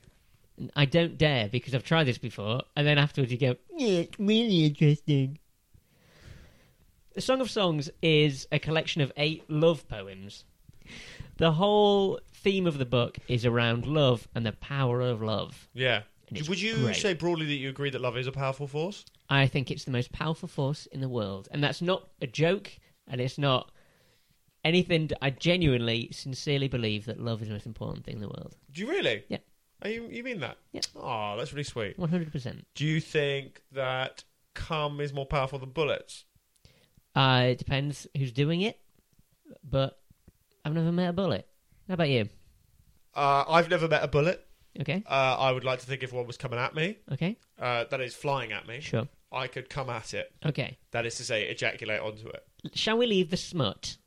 I don't dare because I've tried this before, and then afterwards you go, yeah, it's really interesting. The Song of Songs is a collection of eight love poems. The whole theme of the book is around love and the power of love.
Yeah.
And it's
Would you
great.
say broadly that you agree that love is a powerful force?
I think it's the most powerful force in the world, and that's not a joke, and it's not anything. I genuinely, sincerely believe that love is the most important thing in the world.
Do you really?
Yeah.
Are you you mean that?
Yeah.
Oh, that's really sweet.
One hundred percent.
Do you think that cum is more powerful than bullets?
Uh, it depends who's doing it, but I've never met a bullet. How about you?
Uh, I've never met a bullet.
Okay,
Uh, I would like to think if one was coming at me,
okay,
uh, that is flying at me,
sure,
I could come at it.
okay.
That is to say, ejaculate onto it.
Shall we leave the smut,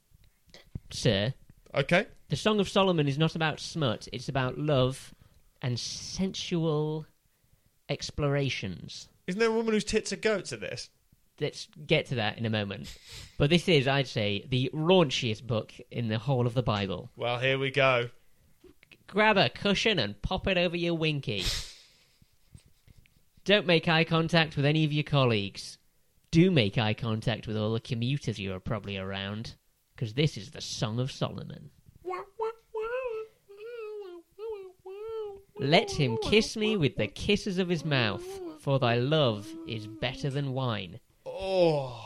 sir?
Okay.
The Song of Solomon is not about smut; it's about love and sensual explorations.
Isn't there a woman whose tits are goats in this?
Let's get to that in a moment. But this is, I'd say, the raunchiest book in the whole of the Bible.
Well, here we go.
grab a cushion and pop it over your winky. Don't make eye contact with any of your colleagues. Do make eye contact with all the commuters you are probably around, because this is the Song of Solomon. Let him kiss me with the kisses of his mouth, for thy love is better than wine.
Oh,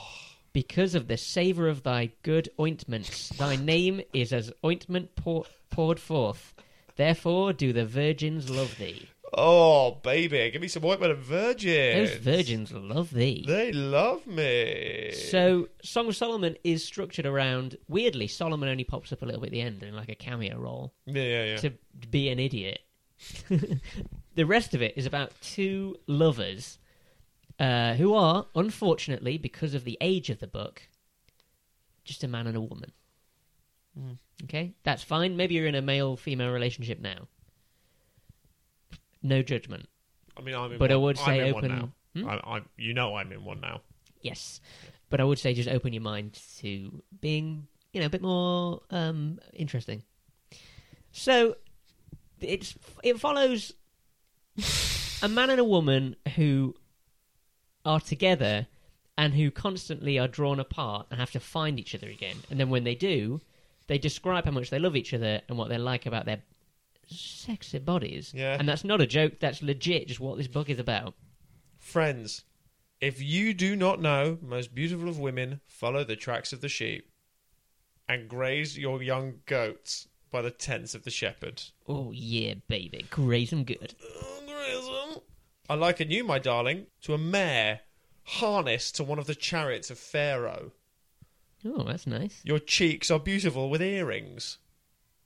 Because of the savour of thy good ointments, thy name is as ointment pour- poured forth. Therefore do the virgins love thee.
Oh, baby, give me some ointment and virgins.
Those virgins love thee.
They love me.
So, Song of Solomon is structured around. Weirdly, Solomon only pops up a little bit at the end in like a cameo role
yeah, yeah, yeah.
to be an idiot. the rest of it is about two lovers uh, who are, unfortunately, because of the age of the book, just a man and a woman.
Hmm.
Okay, that's fine. Maybe you're in a male female relationship now. No judgment.
I mean, I'm in
But
one.
I would
I'm
say
in
open- Hmm?
One now. I, I, you know, I'm in one now.
Yes, but I would say just open your mind to being, you know, a bit more um, interesting. So it's it follows a man and a woman who are together and who constantly are drawn apart and have to find each other again. And then when they do, they describe how much they love each other and what they like about their sexy bodies.
Yeah.
And that's not a joke. That's legit. Just what this book is about.
Friends, if you do not know, most beautiful of women follow the tracks of the sheep and graze your young goats by the tents of the shepherd.
Oh yeah, baby, graze 'em good.
Oh, graze 'em. I liken you, my darling, to a mare harnessed to one of the chariots of Pharaoh.
Oh, that's nice.
Your cheeks are beautiful with earrings,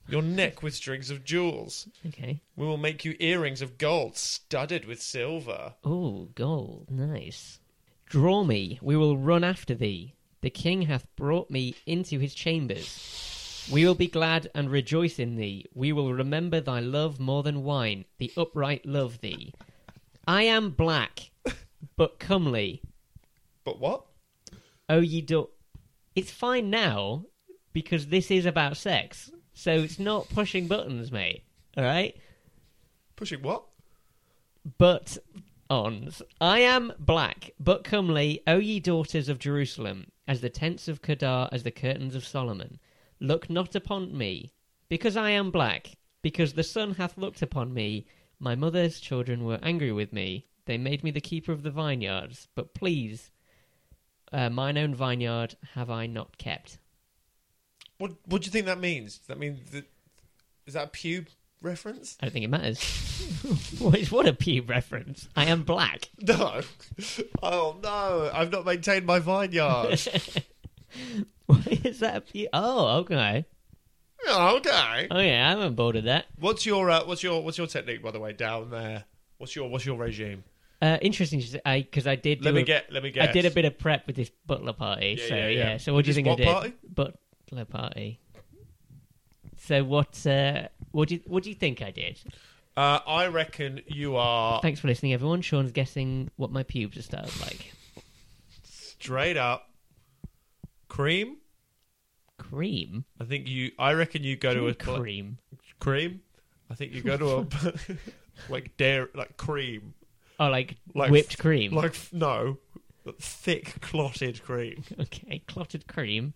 your neck with strings of jewels.
Okay.
We will make you earrings of gold studded with silver.
Oh, gold. Nice. Draw me. We will run after thee. The king hath brought me into his chambers. We will be glad and rejoice in thee. We will remember thy love more than wine. The upright love thee. I am black, but comely.
But what?
Oh, ye do. It's fine now because this is about sex. So it's not pushing buttons, mate. All right?
Pushing what?
but ons. I am black, but comely, O ye daughters of Jerusalem, as the tents of Kedar, as the curtains of Solomon. Look not upon me, because I am black, because the sun hath looked upon me. My mother's children were angry with me. They made me the keeper of the vineyards, but please, uh, mine own vineyard have I not kept.
What What do you think that means? Does that mean that is that a pube reference?
I don't think it matters. what is what a pube reference? I am black.
No. Oh no! I've not maintained my vineyard.
Why is that a pube? Oh, okay.
Oh, okay.
Oh yeah, I'm on board with that.
What's your uh, What's your What's your technique, by the way, down there? What's your What's your regime?
Uh, interesting, because I, 'cause I did.
Let
do
me
a-
get. Let me
I
get.
did a bit of prep with this butler party.
Yeah,
so
yeah,
yeah,
yeah.
So what do you
This
think I
what
did?
party?
Butler party. So what? Uh, what do you, What do you think I did?
Uh, I reckon you are
Thanks for listening, everyone. Sean's guessing what my pubes are styled like.
straight up cream.
Cream.
I think you. I reckon you go to a cl-
cream.
cream. I think you go to a like dairy like cream
Oh, like,
Like
whipped
f-
cream.
like f- no thick clotted cream.
okay, clotted cream.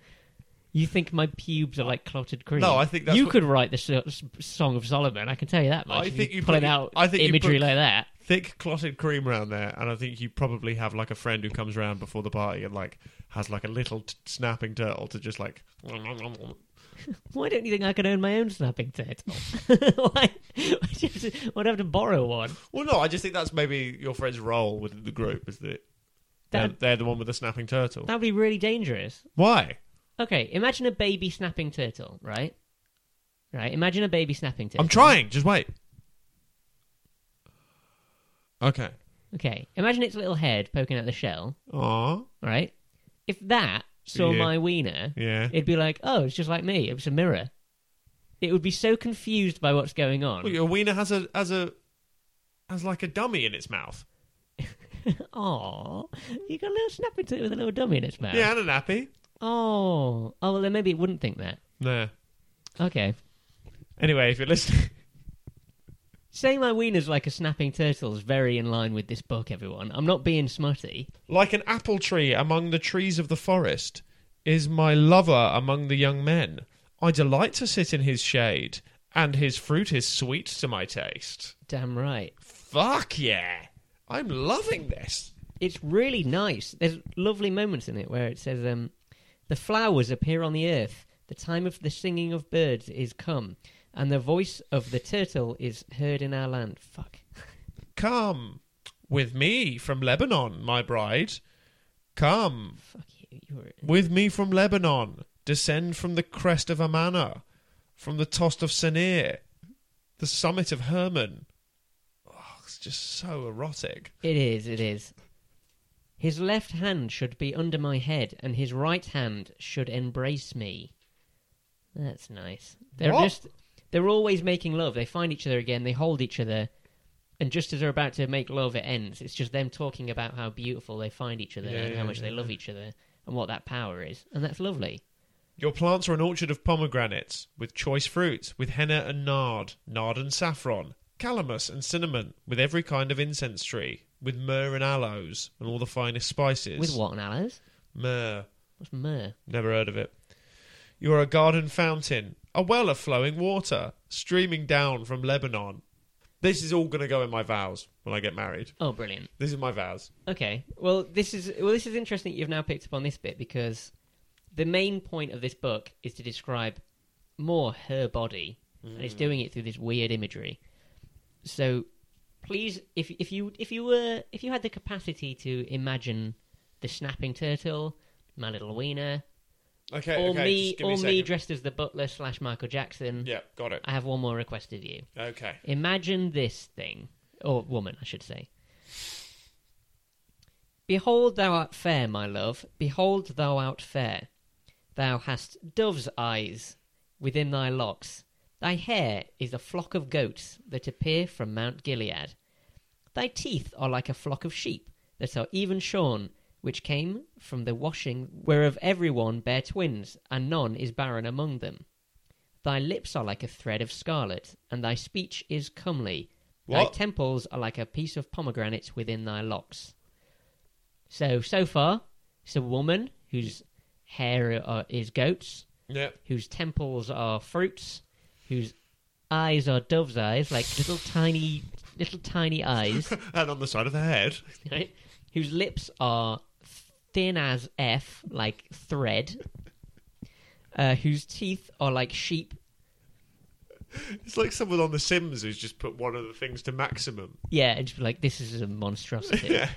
You think my pubes are like clotted cream?
No, I think that's
you
what-
could write the so- s- Song of Solomon. I can tell you that much.
I
if
think you
pulling
put-
out
I think you
imagery
put-
like that.
Thick clotted cream round there, and I think you probably have like a friend who comes round before the party and like has like a little t- snapping turtle to just like.
Why don't you think I could own my own snapping turtle? Why? why do you have to- Why'd I have to borrow one?
Well, no, I just think that's maybe your friend's role within the group is that they're,
That-
they're the one with the snapping turtle.
That'd be really dangerous.
Why?
Okay, imagine a baby snapping turtle, right? Right. Imagine a baby snapping turtle.
I'm trying. Just wait. Okay.
okay. Imagine its little head poking out the shell,
Aw.
right? If that saw
Yeah.
my wiener,
Yeah.
it'd be like, oh, it's just like me. It was a mirror. It would be so confused by what's going on.
Well, your wiener has a has a has like a dummy in its mouth.
Aw, you got a little snapping turtle with a little dummy in its mouth.
Yeah, and a nappy.
Oh. Oh well, then maybe it wouldn't think that.
Nah.
Okay.
Anyway, if you're listening,
Saying my wiener's like a snapping turtle is very in line with this book, everyone. I'm not being smutty.
like an apple tree among the trees of the forest is my lover among the young men. I delight to sit in his shade, and his fruit is sweet to my taste.
Damn right.
Fuck yeah! I'm loving this.
it's really nice. There's lovely moments in it where it says, um, "The flowers appear on the earth. The time of the singing of birds is come, and the voice of the turtle is heard in our land." Fuck.
Come with me from Lebanon, my bride. Come
Fuck you. You were.
with me from Lebanon. Descend from the crest of Amana, from the tost of Senir, the summit of Hermon. Oh, it's just so erotic.
It is. It is. His left hand should be under my head, and his right hand should embrace me. That's nice. They're
What?
just. They're always making love. They find each other again. They hold each other. And just as they're about to make love, it ends. It's just them talking about how beautiful they find each other
Yeah,
and
yeah,
how much they
yeah,
love each other and what that power is. And that's lovely.
Your plants are an orchard of pomegranates, with choice fruits, with henna and nard, nard and saffron, calamus and cinnamon, with every kind of incense tree, with myrrh and aloes, and all the finest spices.
With what on aloes?
Myrrh.
What's myrrh?
Never heard of it. You are a garden fountain, a well of flowing water, streaming down from Lebanon. This is all going to go in my vows when I get married.
Oh, brilliant.
This is my vows.
Okay. Well, this is well, this is interesting. that You've now picked up on this bit because the main point of this book is to describe more her body, and
Mm.
it's doing it through this weird imagery. So, please, if if you if you were if you had the capacity to imagine the snapping turtle, my little wiener,
Okay,
or
okay.
me
just give me
or
a
me
second.
dressed as the butler slash Michael Jackson,
yeah, got it.
I have one more request of you.
Okay.
Imagine this thing, or woman, I should say. Behold, thou art fair, my love. Behold, thou art fair. Thou hast dove's eyes within thy locks. Thy hair is a flock of goats that appear from Mount Gilead. Thy teeth are like a flock of sheep that are even shorn, which came from the washing whereof everyone bear twins, and none is barren among them. Thy lips are like a thread of scarlet, and thy speech is comely. Thy
What?
temples are like a piece of pomegranate within thy locks. So, so far, it's a woman whose hair are, is goats,
Yeah.
whose temples are fruits, whose eyes are dove's eyes, like little tiny, little tiny eyes,
And on the side of the head.
right? Whose lips are thin as f, like thread. Uh, whose teeth are like sheep.
It's like someone on The Sims who's just put one of the things to maximum.
Yeah, and just be like, this is a monstrosity.
Yeah.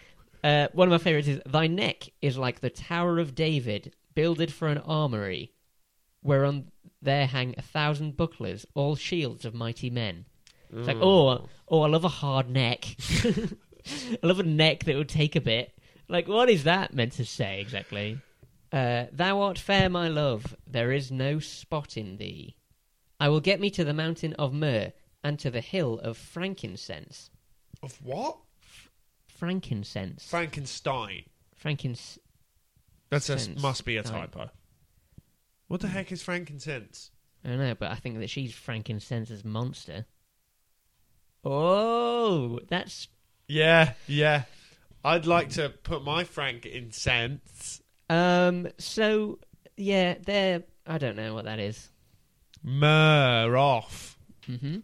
Uh, one of my favorites is thy neck is like the tower of David, builded for an armory, whereon there hang a thousand bucklers, all shields of mighty men. It's like, oh, oh, I love a hard neck. I love a neck that would take a bit. Like, what is that meant to say exactly? Uh, Thou art fair, my love. There is no spot in thee. I will get me to the mountain of myrrh and to the hill of frankincense.
Of what?
Frankincense.
Frankenstein.
frankincense.
That says-
Sense.
must be a
Right.
typo. What the heck is frankincense?
I don't know, but I think that she's Frankincense's monster. Oh, that's
Yeah, yeah. I'd like to put my Frank in sense.
um. So yeah, they're I don't know what that is.
Myrrh off.
Mm-hmm.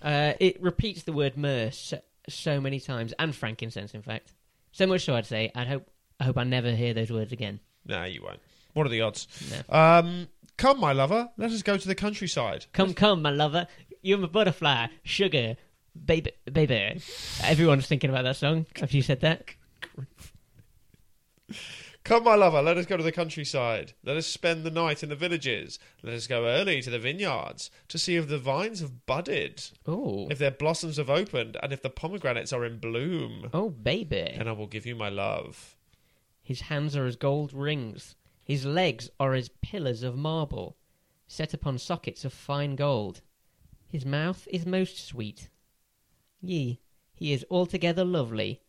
Uh, it repeats the word myrrh so, so many times, and frankincense, in fact, so much so I'd say I'd hope I hope I never hear those words again.
No, you won't. What are the odds?
No.
Um, come, my lover, let us go to the countryside.
Come, come, my lover, you're my butterfly, sugar, baby, baby. Everyone's thinking about that song after you said that.
Come, my lover, let us go to the countryside. Let us spend the night in the villages. Let us go early to the vineyards to see if the vines have budded,
Oh,
if their blossoms have opened, and if the pomegranates are in bloom.
oh, baby.
Then I will give you my love.
His hands are as gold rings. His legs are as pillars of marble, set upon sockets of fine gold. His mouth is most sweet. Yea, he is altogether lovely.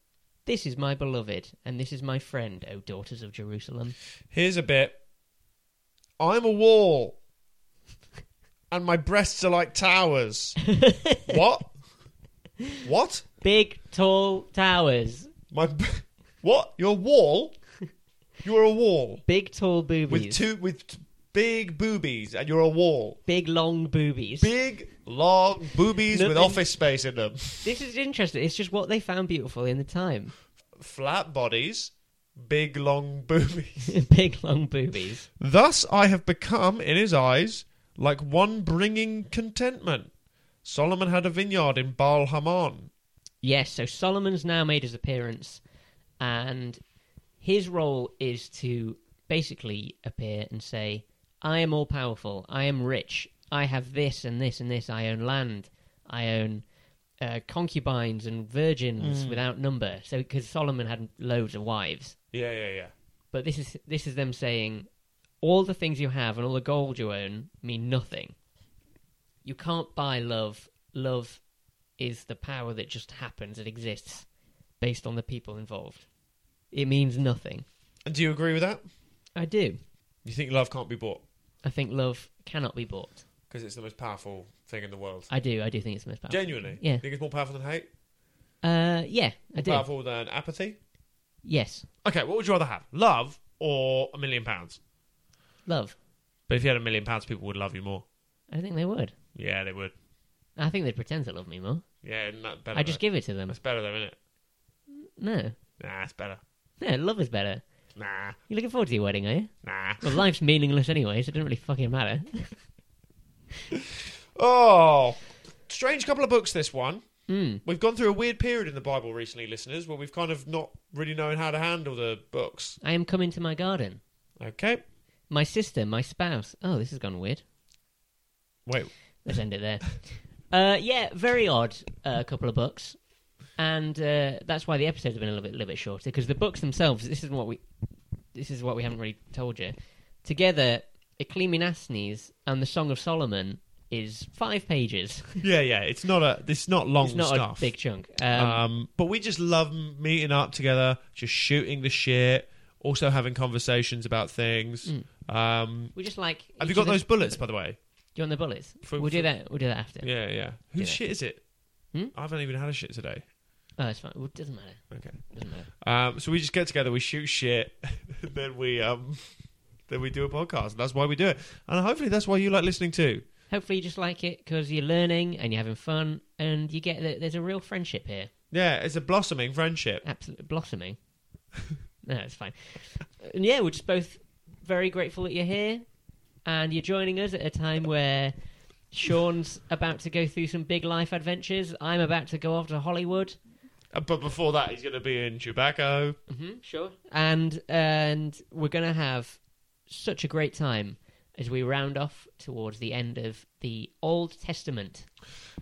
This is my beloved, and this is my friend, O daughters of Jerusalem.
Here's a bit. I'm a wall, and my breasts are like towers. what? What?
Big, tall towers.
My b- what? You're a wall. You're a wall
Big, tall boobies.
with two with t- big boobies, and you're a wall.
Big, long boobies.
Big long boobies with
Nothing-
office space in them.
This is interesting. It's just what they found beautiful in the time.
flat bodies, big long boobies.
Big long boobies.
Thus I have become, in his eyes, like one bringing contentment. Solomon had a vineyard in Baal Hamon.
Yes, so Solomon's now made his appearance, and his role is to basically appear and say, I am all powerful, I am rich, I have this and this and this, I own land, I own uh, concubines and virgins without number. So, because Solomon had loads of wives.
Yeah, yeah, yeah.
But this is this is them saying all the things you have and all the gold you own mean nothing. You can't buy love. Love is the power that just happens. It exists based on the people involved. It means nothing.
And do you agree with that?
I do.
You think love can't be bought
I think love cannot be bought.
because it's the most powerful thing in the world.
I do. I do think it's the most powerful.
Genuinely,
Yeah.
think it's more powerful than hate,
Uh, yeah, I do.
powerful than apathy.
Yes,
Okay, what would you rather have, love or a million pounds?
love.
But if you had a million pounds, people would love you more.
I think they would.
Yeah, they would.
I think they'd pretend to love me more.
Yeah, isn't that better.
I just give it to them.
It's better though, isn't it?
No,
Nah, it's better.
no, love is better.
Nah,
You're looking forward to your wedding, are you?
nah.
Well, life's meaningless anyway, so it doesn't really fucking matter.
Oh, strange couple of books. This one.
Hmm.
We've gone through a weird period in the Bible recently, listeners, where we've kind of not really known how to handle the books.
I am coming to my garden.
Okay.
My sister, my spouse. Oh, this has gone weird.
Wait.
Let's end it there. Uh, yeah, very odd. uh, couple of books, and uh, that's why the episodes have been a little bit, little bit shorter because the books themselves. This is what we, this is what we haven't really told you. Together, Ecclesiastes and the Song of Solomon is five pages.
Yeah, yeah. It's not a. It's not long
it's not
stuff.
a big chunk.
um,
Um,
but we just love meeting up together, just shooting the shit, also having conversations about things. Um,
we just like.
have you
Mm. each
got
other-
those bullets, by the way?
Do you want the bullets?
For-
we'll
for-
do that. We'll do that after.
Yeah, yeah. Whose
Yeah.
shit is it?
Hmm?
I haven't even had a shit today.
Oh, it's fine. Well, it doesn't matter.
Okay.
Doesn't matter.
Um, so we just get together, we shoot shit, and then we um, then we do a podcast. That's why we do it, and hopefully that's why you like listening too.
Hopefully, you just like it because you're learning and you're having fun, and you get that there's a real friendship here.
Yeah, it's a blossoming friendship.
absolutely blossoming. no, it's fine. And yeah, we're just both very grateful that you're here and you're joining us at a time where Sean's about to go through some big life adventures. I'm about to go off to Hollywood.
Uh, But before that, he's going to be in Chewbacca.
Mm-hmm, sure. And and we're gonna have such a great time as we round off towards the end of the Old Testament,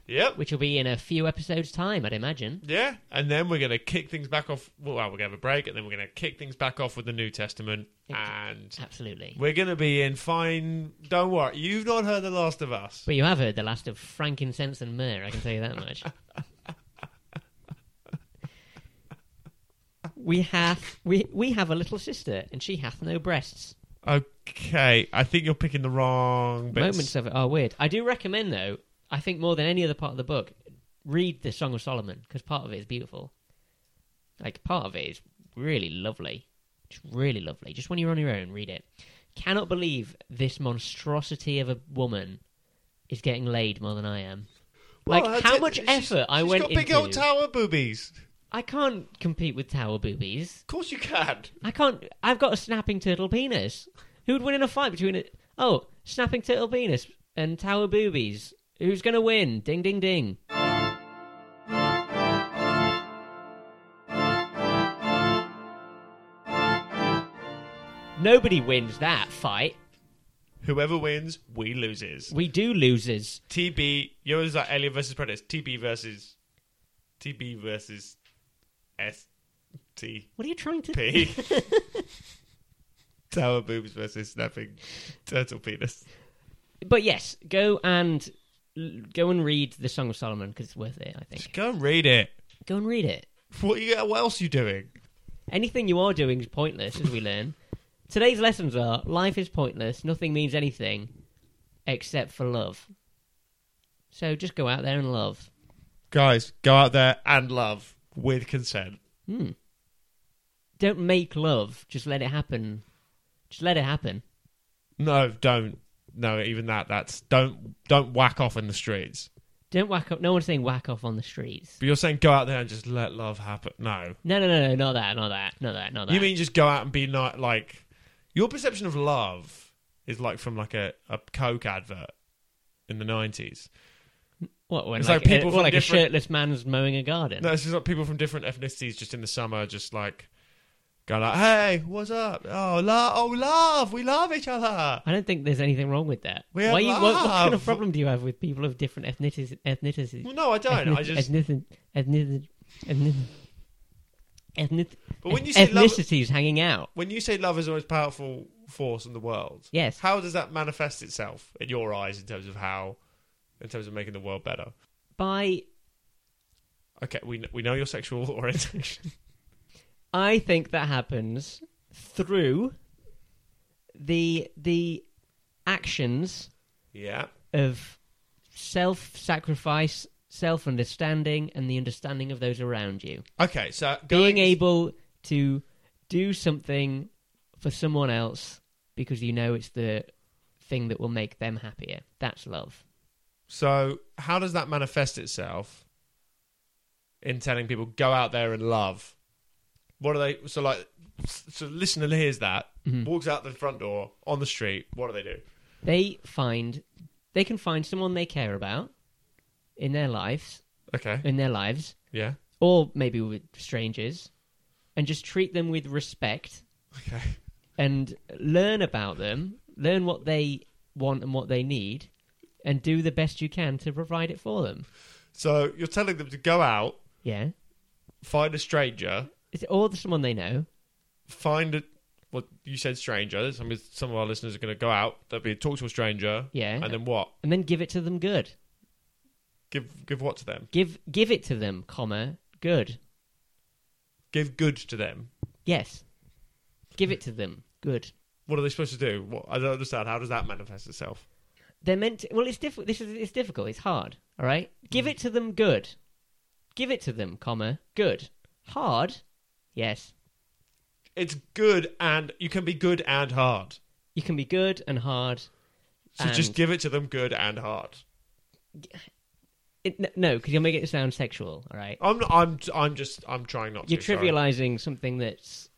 Yep.
which will be in a few episodes' time, I'd imagine.
Yeah, and then we're going to kick things back off. Well, we're going to have a break, and then we're going to kick things back off with the New Testament,
Okay.
and
Absolutely.
we're going to be in fine. Don't worry, you've not heard the last of us.
But you have heard the last of frankincense and myrrh, I can tell you that much. we have we we have a little sister and she hath no breasts.
Okay, I think you're picking the wrong bits.
Moments of it are oh, weird. I do recommend though, I think more than any other part of the book, read the Song of Solomon because part of it is beautiful. Like part of it is really lovely. It's really lovely. Just when you're on your own, read it. Cannot believe this monstrosity of a woman is getting laid more than I am.
Well,
Like
that's
how
it.
much
She's-
effort I
she's
went
got big
into.
old tower boobies.
I can't compete with tower boobies.
Of course you can.
I can't. I've got a snapping turtle penis. Who would win in a fight between it? Oh, snapping turtle penis and tower boobies. Who's gonna win? Ding, ding, ding. Nobody wins that fight.
Whoever wins, we loses.
We do losers.
TB, yours is like Alien versus Predator. TB versus TB versus STP.
What are you trying to?
Tower boobs versus snapping turtle penis.
But yes, go and go and read the Song of Solomon because it's worth it. I think.
Just go and read it.
Go and read it.
What you? What else you doing?
Anything you are doing is pointless, as we learn. Today's lessons are life is pointless, nothing means anything except for love. So just go out there and love.
Guys, go out there and love with consent.
Hmm. Don't make love, just let it happen. Just let it happen.
No, don't. No, even that. That's don't. Don't whack off in the streets.
Don't whack up. No one's saying whack off on the streets.
But you're saying go out there and just let love happen. No.
No, no, no, no, not that, not that, not that, not that.
You mean just go out and be not like your perception of love is like from like a, a Coke advert in the nineties.
what? When
it's
like,
like people
uh, what,
from
like
different-
a shirtless man's mowing a garden.
No, it's just like people from different ethnicities just in the summer just like go like, Hey, what's up? Oh love oh love, we love each other.
I don't think there's anything wrong with that.
We
Why
have
you, what, what kind of
love.
problem do you have with people of different ethnicities? ethnicities
Well no, I don't. I
ethnic-
just
ethnic- ethnic- ethnic- ethnic-
But when you say love
ethnicities hanging out.
when you say love is the most powerful force in the world,
Yes.
how does that manifest itself in your eyes in terms of how in terms of making the world better?
By
Okay, we we know your sexual orientation.
I think that happens through the the actions
yeah.
of self-sacrifice, self-understanding, and the understanding of those around you.
Okay, so
Being
going-
able to do something for someone else because you know it's the thing that will make them happier. That's love.
So, how does that manifest itself in telling people go out there and love? What are they? So, like, so listener hears that, walks out the front door on the street. What do they do?
They find they can find someone they care about in their lives,
Okay,
in their lives,
yeah,
or maybe with strangers, and just treat them with respect
okay,
and learn about them, learn what they want and what they need, and do the best you can to provide it for them.
so you're telling them to go out,
Yeah,
find a stranger,
it's or someone they know.
find a what you said, stranger. Some of- some of our listeners are going to go out, they'll be talk to a stranger,
Yeah,
and then what?
and then give it to them good.
Give give what to them?
Give give it to them, comma good.
Give good to them.
Yes, give it to them, good.
What are they supposed to do? What I don't understand. How does that manifest itself?
They're meant. To, well, it's diff- This is it's difficult. It's hard. All right. Give
Mm.
it to them. Good. Give it to them. Comma. Good. Hard. Yes.
it's good and you can be good and hard.
You can be good and hard.
So
and
just give it to them good and hard.
it, n- no, because you'll make it sound sexual. All right.
I'm not, I'm I'm just I'm trying not
You're
to. sorry.
trivializing something that's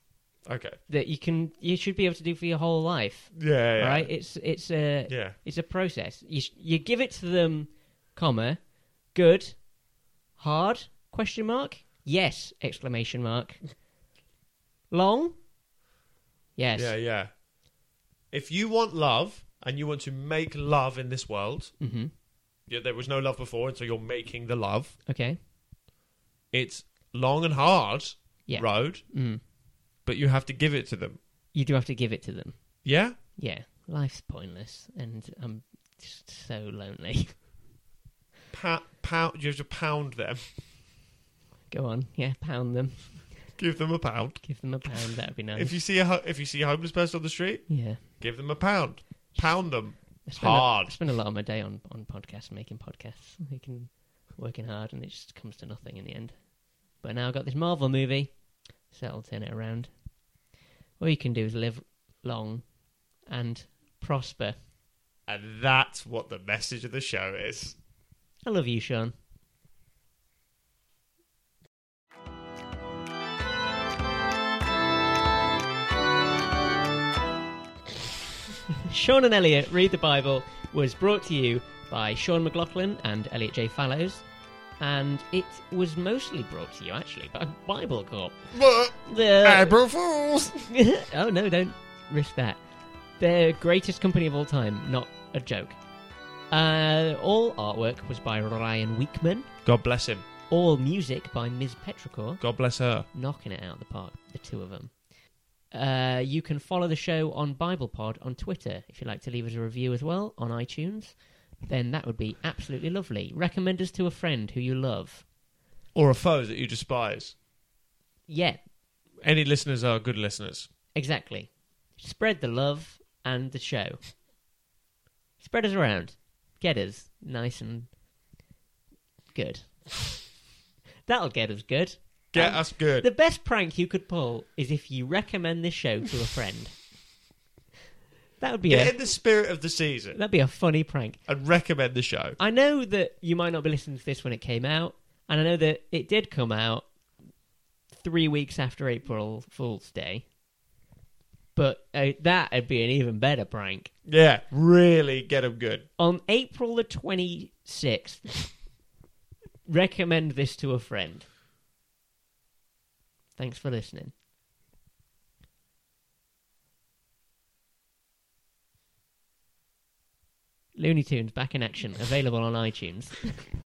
Okay.
that you can you should be able to do for your whole life.
Yeah, yeah.
All
yeah.
right. It's it's a
Yeah.
it's a process. You sh- you give it to them, comma, good, hard question mark yes exclamation mark, long. Yes.
Yeah, yeah. If you want love and you want to make love in this world,
Mm-hmm.
yeah, there was no love before, and so you're making the love.
Okay.
It's long and hard
Yeah.
road,
Mm.
but you have to give it to them.
You do have to give it to them.
Yeah.
Yeah. Life's pointless, and I'm just so lonely.
Pa- pound. You have to pound them.
Go on. Yeah. Pound them.
give them a pound.
Give them a pound. That'd be nice.
If you see a ho- if you see a homeless person on the street,
yeah.
give them a pound. Pound them.
I spend a-
Hard.
I spend a lot of my day on on podcasts, making podcasts, making working hard, and it just comes to nothing in the end. But now I've got this Marvel movie, so that'll turn it around. All you can do is live long and prosper.
And that's what the message of the show is.
I love you, Sean. Sean and Elliot Read the Bible was brought to you by Sean McLaughlin and Elliot J. Fallows, and it was mostly brought to you actually by Bible Corp. The-
April Fools!
oh no, don't risk that. Their greatest company of all time, not a joke. Uh, all artwork was by Ryan Weekman.
God bless him.
All music by Ms. Petrichor,
God bless her.
knocking it out of the park, the two of them. Uh, you can follow the show on BiblePod on Twitter if you'd like to leave us a review as well on iTunes. Then that would be absolutely lovely. Recommend us to a friend who you love.
Or a foe that you despise.
Yeah,
Any listeners are good listeners.
exactly. Spread the love and the show. Spread us around. Get us nice and good. That'll get us good.
Get
Um,
us good.
The best prank you could pull is if you recommend this show to a friend. That would be
Get
a
in the spirit of the season
that'd be a funny prank.
and recommend the show.
I know that you might not be listening to this when it came out, and I know that it did come out three weeks after April Fool's Day. But uh, that would be an even better prank.
Yeah, really get them good.
On April the 26th, recommend this to a friend. Thanks for listening. Looney Tunes back in action, available on iTunes.